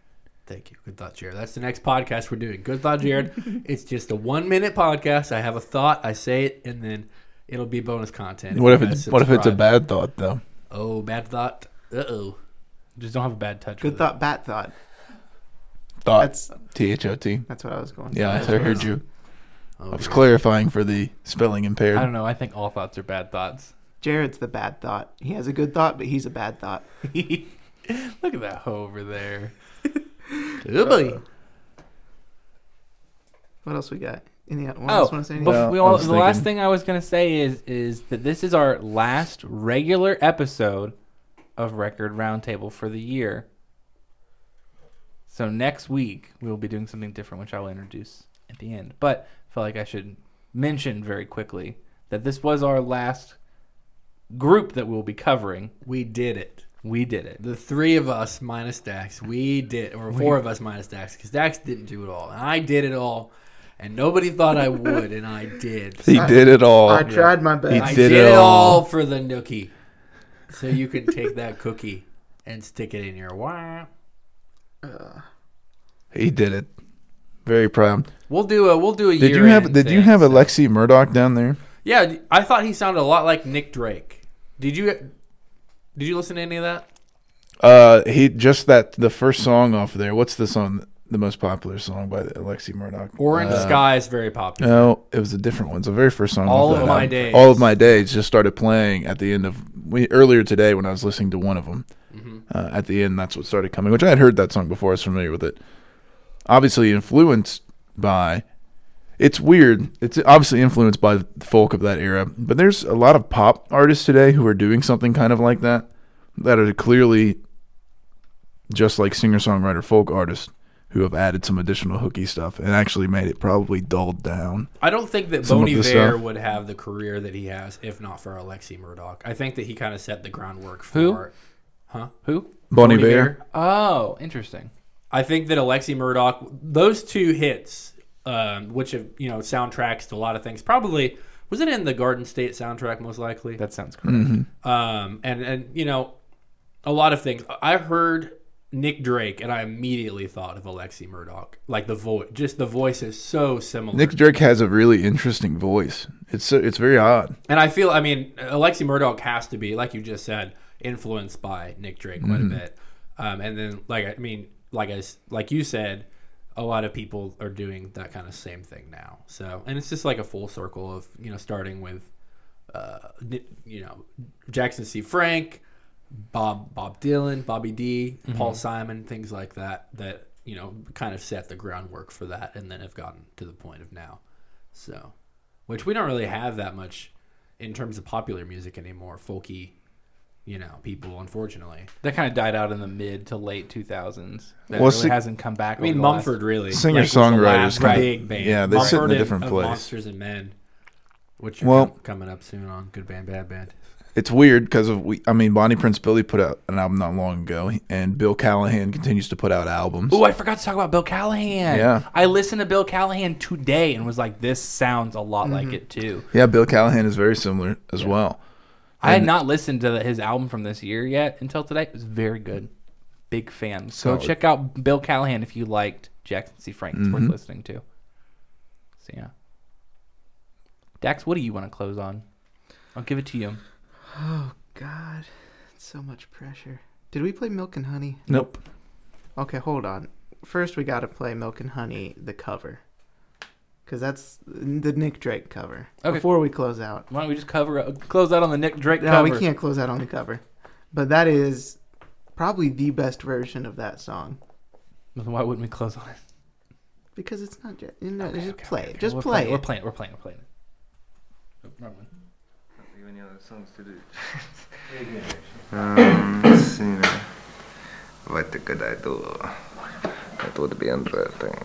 [SPEAKER 5] Thank you. Good thought, Jared. That's the next podcast we're doing. Good thought, Jared. it's just a one minute podcast. I have a thought, I say it, and then it'll be bonus content.
[SPEAKER 4] What if
[SPEAKER 5] you
[SPEAKER 4] it's
[SPEAKER 5] guys
[SPEAKER 4] what if it's a
[SPEAKER 5] subscribe.
[SPEAKER 4] bad thought though?
[SPEAKER 5] Oh, bad thought. Uh oh.
[SPEAKER 1] Just don't have a bad touch.
[SPEAKER 3] Good
[SPEAKER 1] with
[SPEAKER 3] thought, bat thought.
[SPEAKER 4] Thought
[SPEAKER 3] That's
[SPEAKER 4] T H O T.
[SPEAKER 3] that's what I was going.
[SPEAKER 4] Uh, Yeah, I
[SPEAKER 3] for.
[SPEAKER 4] heard you.
[SPEAKER 5] Oh,
[SPEAKER 4] I was clarifying for the spelling
[SPEAKER 1] It.
[SPEAKER 4] impaired.
[SPEAKER 1] I don't know. I think all thoughts are bad thoughts.
[SPEAKER 3] Jared's the bad thought. He has a good thought, but he's a bad thought.
[SPEAKER 1] Look at that hoe over there.
[SPEAKER 5] Oh boy.
[SPEAKER 3] What else we got? Any one
[SPEAKER 1] Oh,
[SPEAKER 3] else want to say anything?
[SPEAKER 1] bef-
[SPEAKER 4] No,
[SPEAKER 1] we all-
[SPEAKER 4] I
[SPEAKER 1] the
[SPEAKER 4] was
[SPEAKER 1] last
[SPEAKER 4] thinking-
[SPEAKER 1] thing I was gonna say is is that this is our last regular episode of Record Roundtable for the year. So next week we will be doing something different, which I'll introduce at the end. But I felt like I should mention very quickly that this was our last group that we'll be covering.
[SPEAKER 5] We did it.
[SPEAKER 1] We did it.
[SPEAKER 5] The three of us minus Dax, we did, or four of us minus Dax, because Dax didn't do it all, and I did it all, and nobody thought I would, and I did.
[SPEAKER 4] He did it all.
[SPEAKER 3] I tried my best.
[SPEAKER 5] I
[SPEAKER 4] did
[SPEAKER 5] did,
[SPEAKER 4] it
[SPEAKER 5] it
[SPEAKER 4] all.
[SPEAKER 5] all for the nookie, so you can take that cookie and stick it in your wah.
[SPEAKER 4] He did it. Very proud.
[SPEAKER 5] We'll do a we'll do a
[SPEAKER 4] Did you have Did you have Alexi Murdoch down there?
[SPEAKER 5] yeah? I thought he sounded a lot like Nick Drake. Did you did you listen to any of that?
[SPEAKER 4] Uh, he just that the first song off there. What's the song? The most popular song by Alexi Murdoch.
[SPEAKER 5] Orange
[SPEAKER 4] Uh,
[SPEAKER 5] Sky is very popular.
[SPEAKER 4] No, it was a different one. It's the very first song.
[SPEAKER 5] All
[SPEAKER 4] off
[SPEAKER 5] of
[SPEAKER 4] that
[SPEAKER 5] My
[SPEAKER 4] album.
[SPEAKER 5] Days.
[SPEAKER 4] All of my days just started playing at the end of we, earlier today when I was listening to one of them.
[SPEAKER 5] Mm-hmm.
[SPEAKER 4] Uh, at the end, that's what started coming, which I had heard that song before. I was familiar with it. Obviously influenced by. It's weird. It's obviously influenced by the folk of that era, but there's a lot of pop artists today who are doing something kind of like that, that are clearly just like singer songwriter folk artists who have added some additional hooky stuff and actually made it probably dulled down.
[SPEAKER 5] I don't think that
[SPEAKER 4] Some
[SPEAKER 5] Bon
[SPEAKER 4] of the
[SPEAKER 5] Iver
[SPEAKER 4] stuff.
[SPEAKER 5] would have the career that he has if not for Alexi Murdoch. I think that he kind of set the groundwork for
[SPEAKER 1] Who? Who?
[SPEAKER 4] Bon Iver.
[SPEAKER 5] Iver.
[SPEAKER 1] Oh, interesting.
[SPEAKER 5] I think that Alexi Murdoch, those two hits, um, which have you know soundtracks to a lot of things, probably was it in the Garden State soundtrack most likely.
[SPEAKER 1] That sounds correct.
[SPEAKER 5] um, and and you know, a lot of things. I heard Nick Drake, and I immediately thought of Alexi Murdoch. Like the voice, just the voice is so similar.
[SPEAKER 4] Nick Drake has a really interesting voice. It's so, it's very odd.
[SPEAKER 5] And I feel, I mean, Alexi Murdoch has to be, like you just said, influenced by Nick Drake quite a bit. Um, and then, like, I mean, like I, s- like you said, a lot of people are doing that kind of same thing now. So, and it's just like a full circle of, you know, starting with, uh, Ni- you know, Jackson C. Frank, Bob, Bob Dylan, Bobby D, Paul Simon, things like that, that, you know, kind of set the groundwork for that and then have gotten to the point of now. So, which we don't really have that much in terms of popular music anymore. Folky, you know, people unfortunately.
[SPEAKER 1] That kind of died out in the mid to late 2000s. That
[SPEAKER 4] Well,
[SPEAKER 1] really
[SPEAKER 4] see-
[SPEAKER 1] hasn't come back.
[SPEAKER 5] I mean, Mumford really
[SPEAKER 4] Singer-
[SPEAKER 5] was the last
[SPEAKER 4] songwriters kinda-
[SPEAKER 5] big band.
[SPEAKER 4] yeah, they sit in a
[SPEAKER 5] Mumford and-
[SPEAKER 4] different
[SPEAKER 5] of
[SPEAKER 4] place.
[SPEAKER 5] Monsters and Men, which are
[SPEAKER 4] Well-
[SPEAKER 5] com- coming up soon on Good Band Bad Band.
[SPEAKER 4] It's weird because of we. I mean, Bonnie Prince Billy put out an album not long ago, and Bill Callahan continues to put out albums.
[SPEAKER 1] Oh, I forgot to talk about Bill Callahan.
[SPEAKER 4] Yeah.
[SPEAKER 1] I listened to Bill Callahan today and was like, this sounds a lot
[SPEAKER 3] Mm-hmm.
[SPEAKER 1] like it too.
[SPEAKER 4] Yeah, Bill Callahan is very similar as well.
[SPEAKER 1] I had not listened to the, his album from this year yet until today. It was very good. Big fan. So
[SPEAKER 4] Solid.
[SPEAKER 1] check out Bill Callahan if you liked Jackson C. Frank. It's
[SPEAKER 3] Mm-hmm.
[SPEAKER 1] worth listening to. So yeah. Dax, what do you want to close on? I'll give it to you.
[SPEAKER 3] Oh God, it's so much pressure. Did we play Milk and Honey?
[SPEAKER 4] Nope.
[SPEAKER 3] Okay, hold on. First, we got to play Milk and Honey, the cover, because that's the Nick Drake cover.
[SPEAKER 1] Okay.
[SPEAKER 3] Before we close out,
[SPEAKER 1] Why don't we just cover uh, close out on the Nick Drake
[SPEAKER 3] no,
[SPEAKER 1] cover?
[SPEAKER 3] we can't close out on the cover, but that is probably the best version of that song
[SPEAKER 1] Then Why wouldn't we close on it?
[SPEAKER 3] because it's not just you know, just
[SPEAKER 1] Okay,
[SPEAKER 3] play,
[SPEAKER 1] okay,
[SPEAKER 3] it.
[SPEAKER 1] okay.
[SPEAKER 3] just
[SPEAKER 1] We're
[SPEAKER 3] play.
[SPEAKER 1] playing- We're
[SPEAKER 3] it.
[SPEAKER 1] playing. We're playing. We're playing. Oh,
[SPEAKER 6] Any other songs to do? um, let's see now. What could I do? That would be interesting.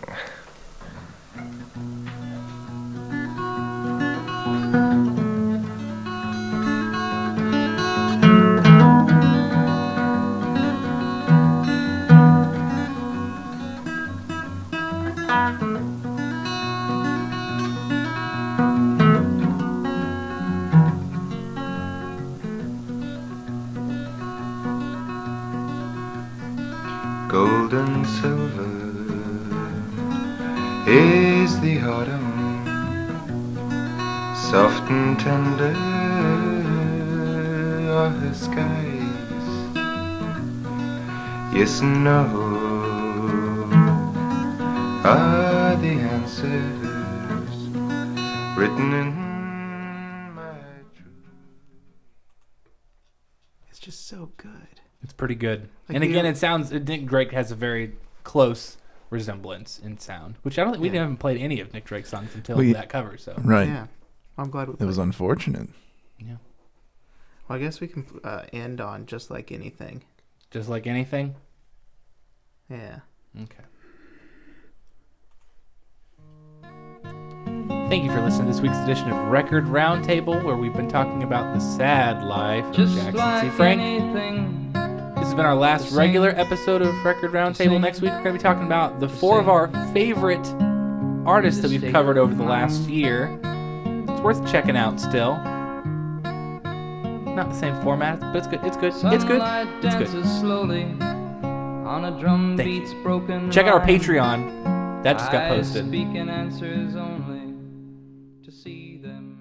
[SPEAKER 6] Gold and silver is the autumn, soft and tender are the skies. Yes and no are the answers written in my truth.
[SPEAKER 3] It's just so good.
[SPEAKER 1] It's pretty good.
[SPEAKER 3] Like
[SPEAKER 1] and
[SPEAKER 3] the-
[SPEAKER 1] again, it sounds Nick Drake has a very close resemblance in sound, which I don't think we
[SPEAKER 3] Yeah.
[SPEAKER 1] haven't played any of Nick Drake's songs until
[SPEAKER 4] We- Mm-hmm.
[SPEAKER 1] that cover. So
[SPEAKER 4] Right.
[SPEAKER 3] Yeah, I'm glad we.
[SPEAKER 4] It was unfortunate.
[SPEAKER 3] Well, I guess we can uh, end on just like anything.
[SPEAKER 1] just like anything,
[SPEAKER 3] Yeah.
[SPEAKER 1] okay. Thank you for listening to this week's edition of Record Roundtable, where we've been talking about the sad life of
[SPEAKER 2] Just
[SPEAKER 1] Jackson
[SPEAKER 2] like
[SPEAKER 1] C. Frank.
[SPEAKER 2] anything.
[SPEAKER 1] This has been our last
[SPEAKER 2] same.
[SPEAKER 1] regular episode of Record Roundtable.
[SPEAKER 2] same.
[SPEAKER 1] Next week, we're going to be talking about the four of
[SPEAKER 2] same.
[SPEAKER 1] our favorite artists that we've
[SPEAKER 2] Just take
[SPEAKER 1] covered
[SPEAKER 2] it.
[SPEAKER 1] over the last year. It's worth checking out still. Not the same format, but it's good. It's good. It's good.
[SPEAKER 2] Sunlight
[SPEAKER 1] It's good.
[SPEAKER 2] dances slowly on a drum
[SPEAKER 1] Thank you.
[SPEAKER 2] beat's broken.
[SPEAKER 1] Check out our
[SPEAKER 2] rhyme.
[SPEAKER 1] Patreon. That just got
[SPEAKER 2] I
[SPEAKER 1] posted.
[SPEAKER 2] speak in answers only to see them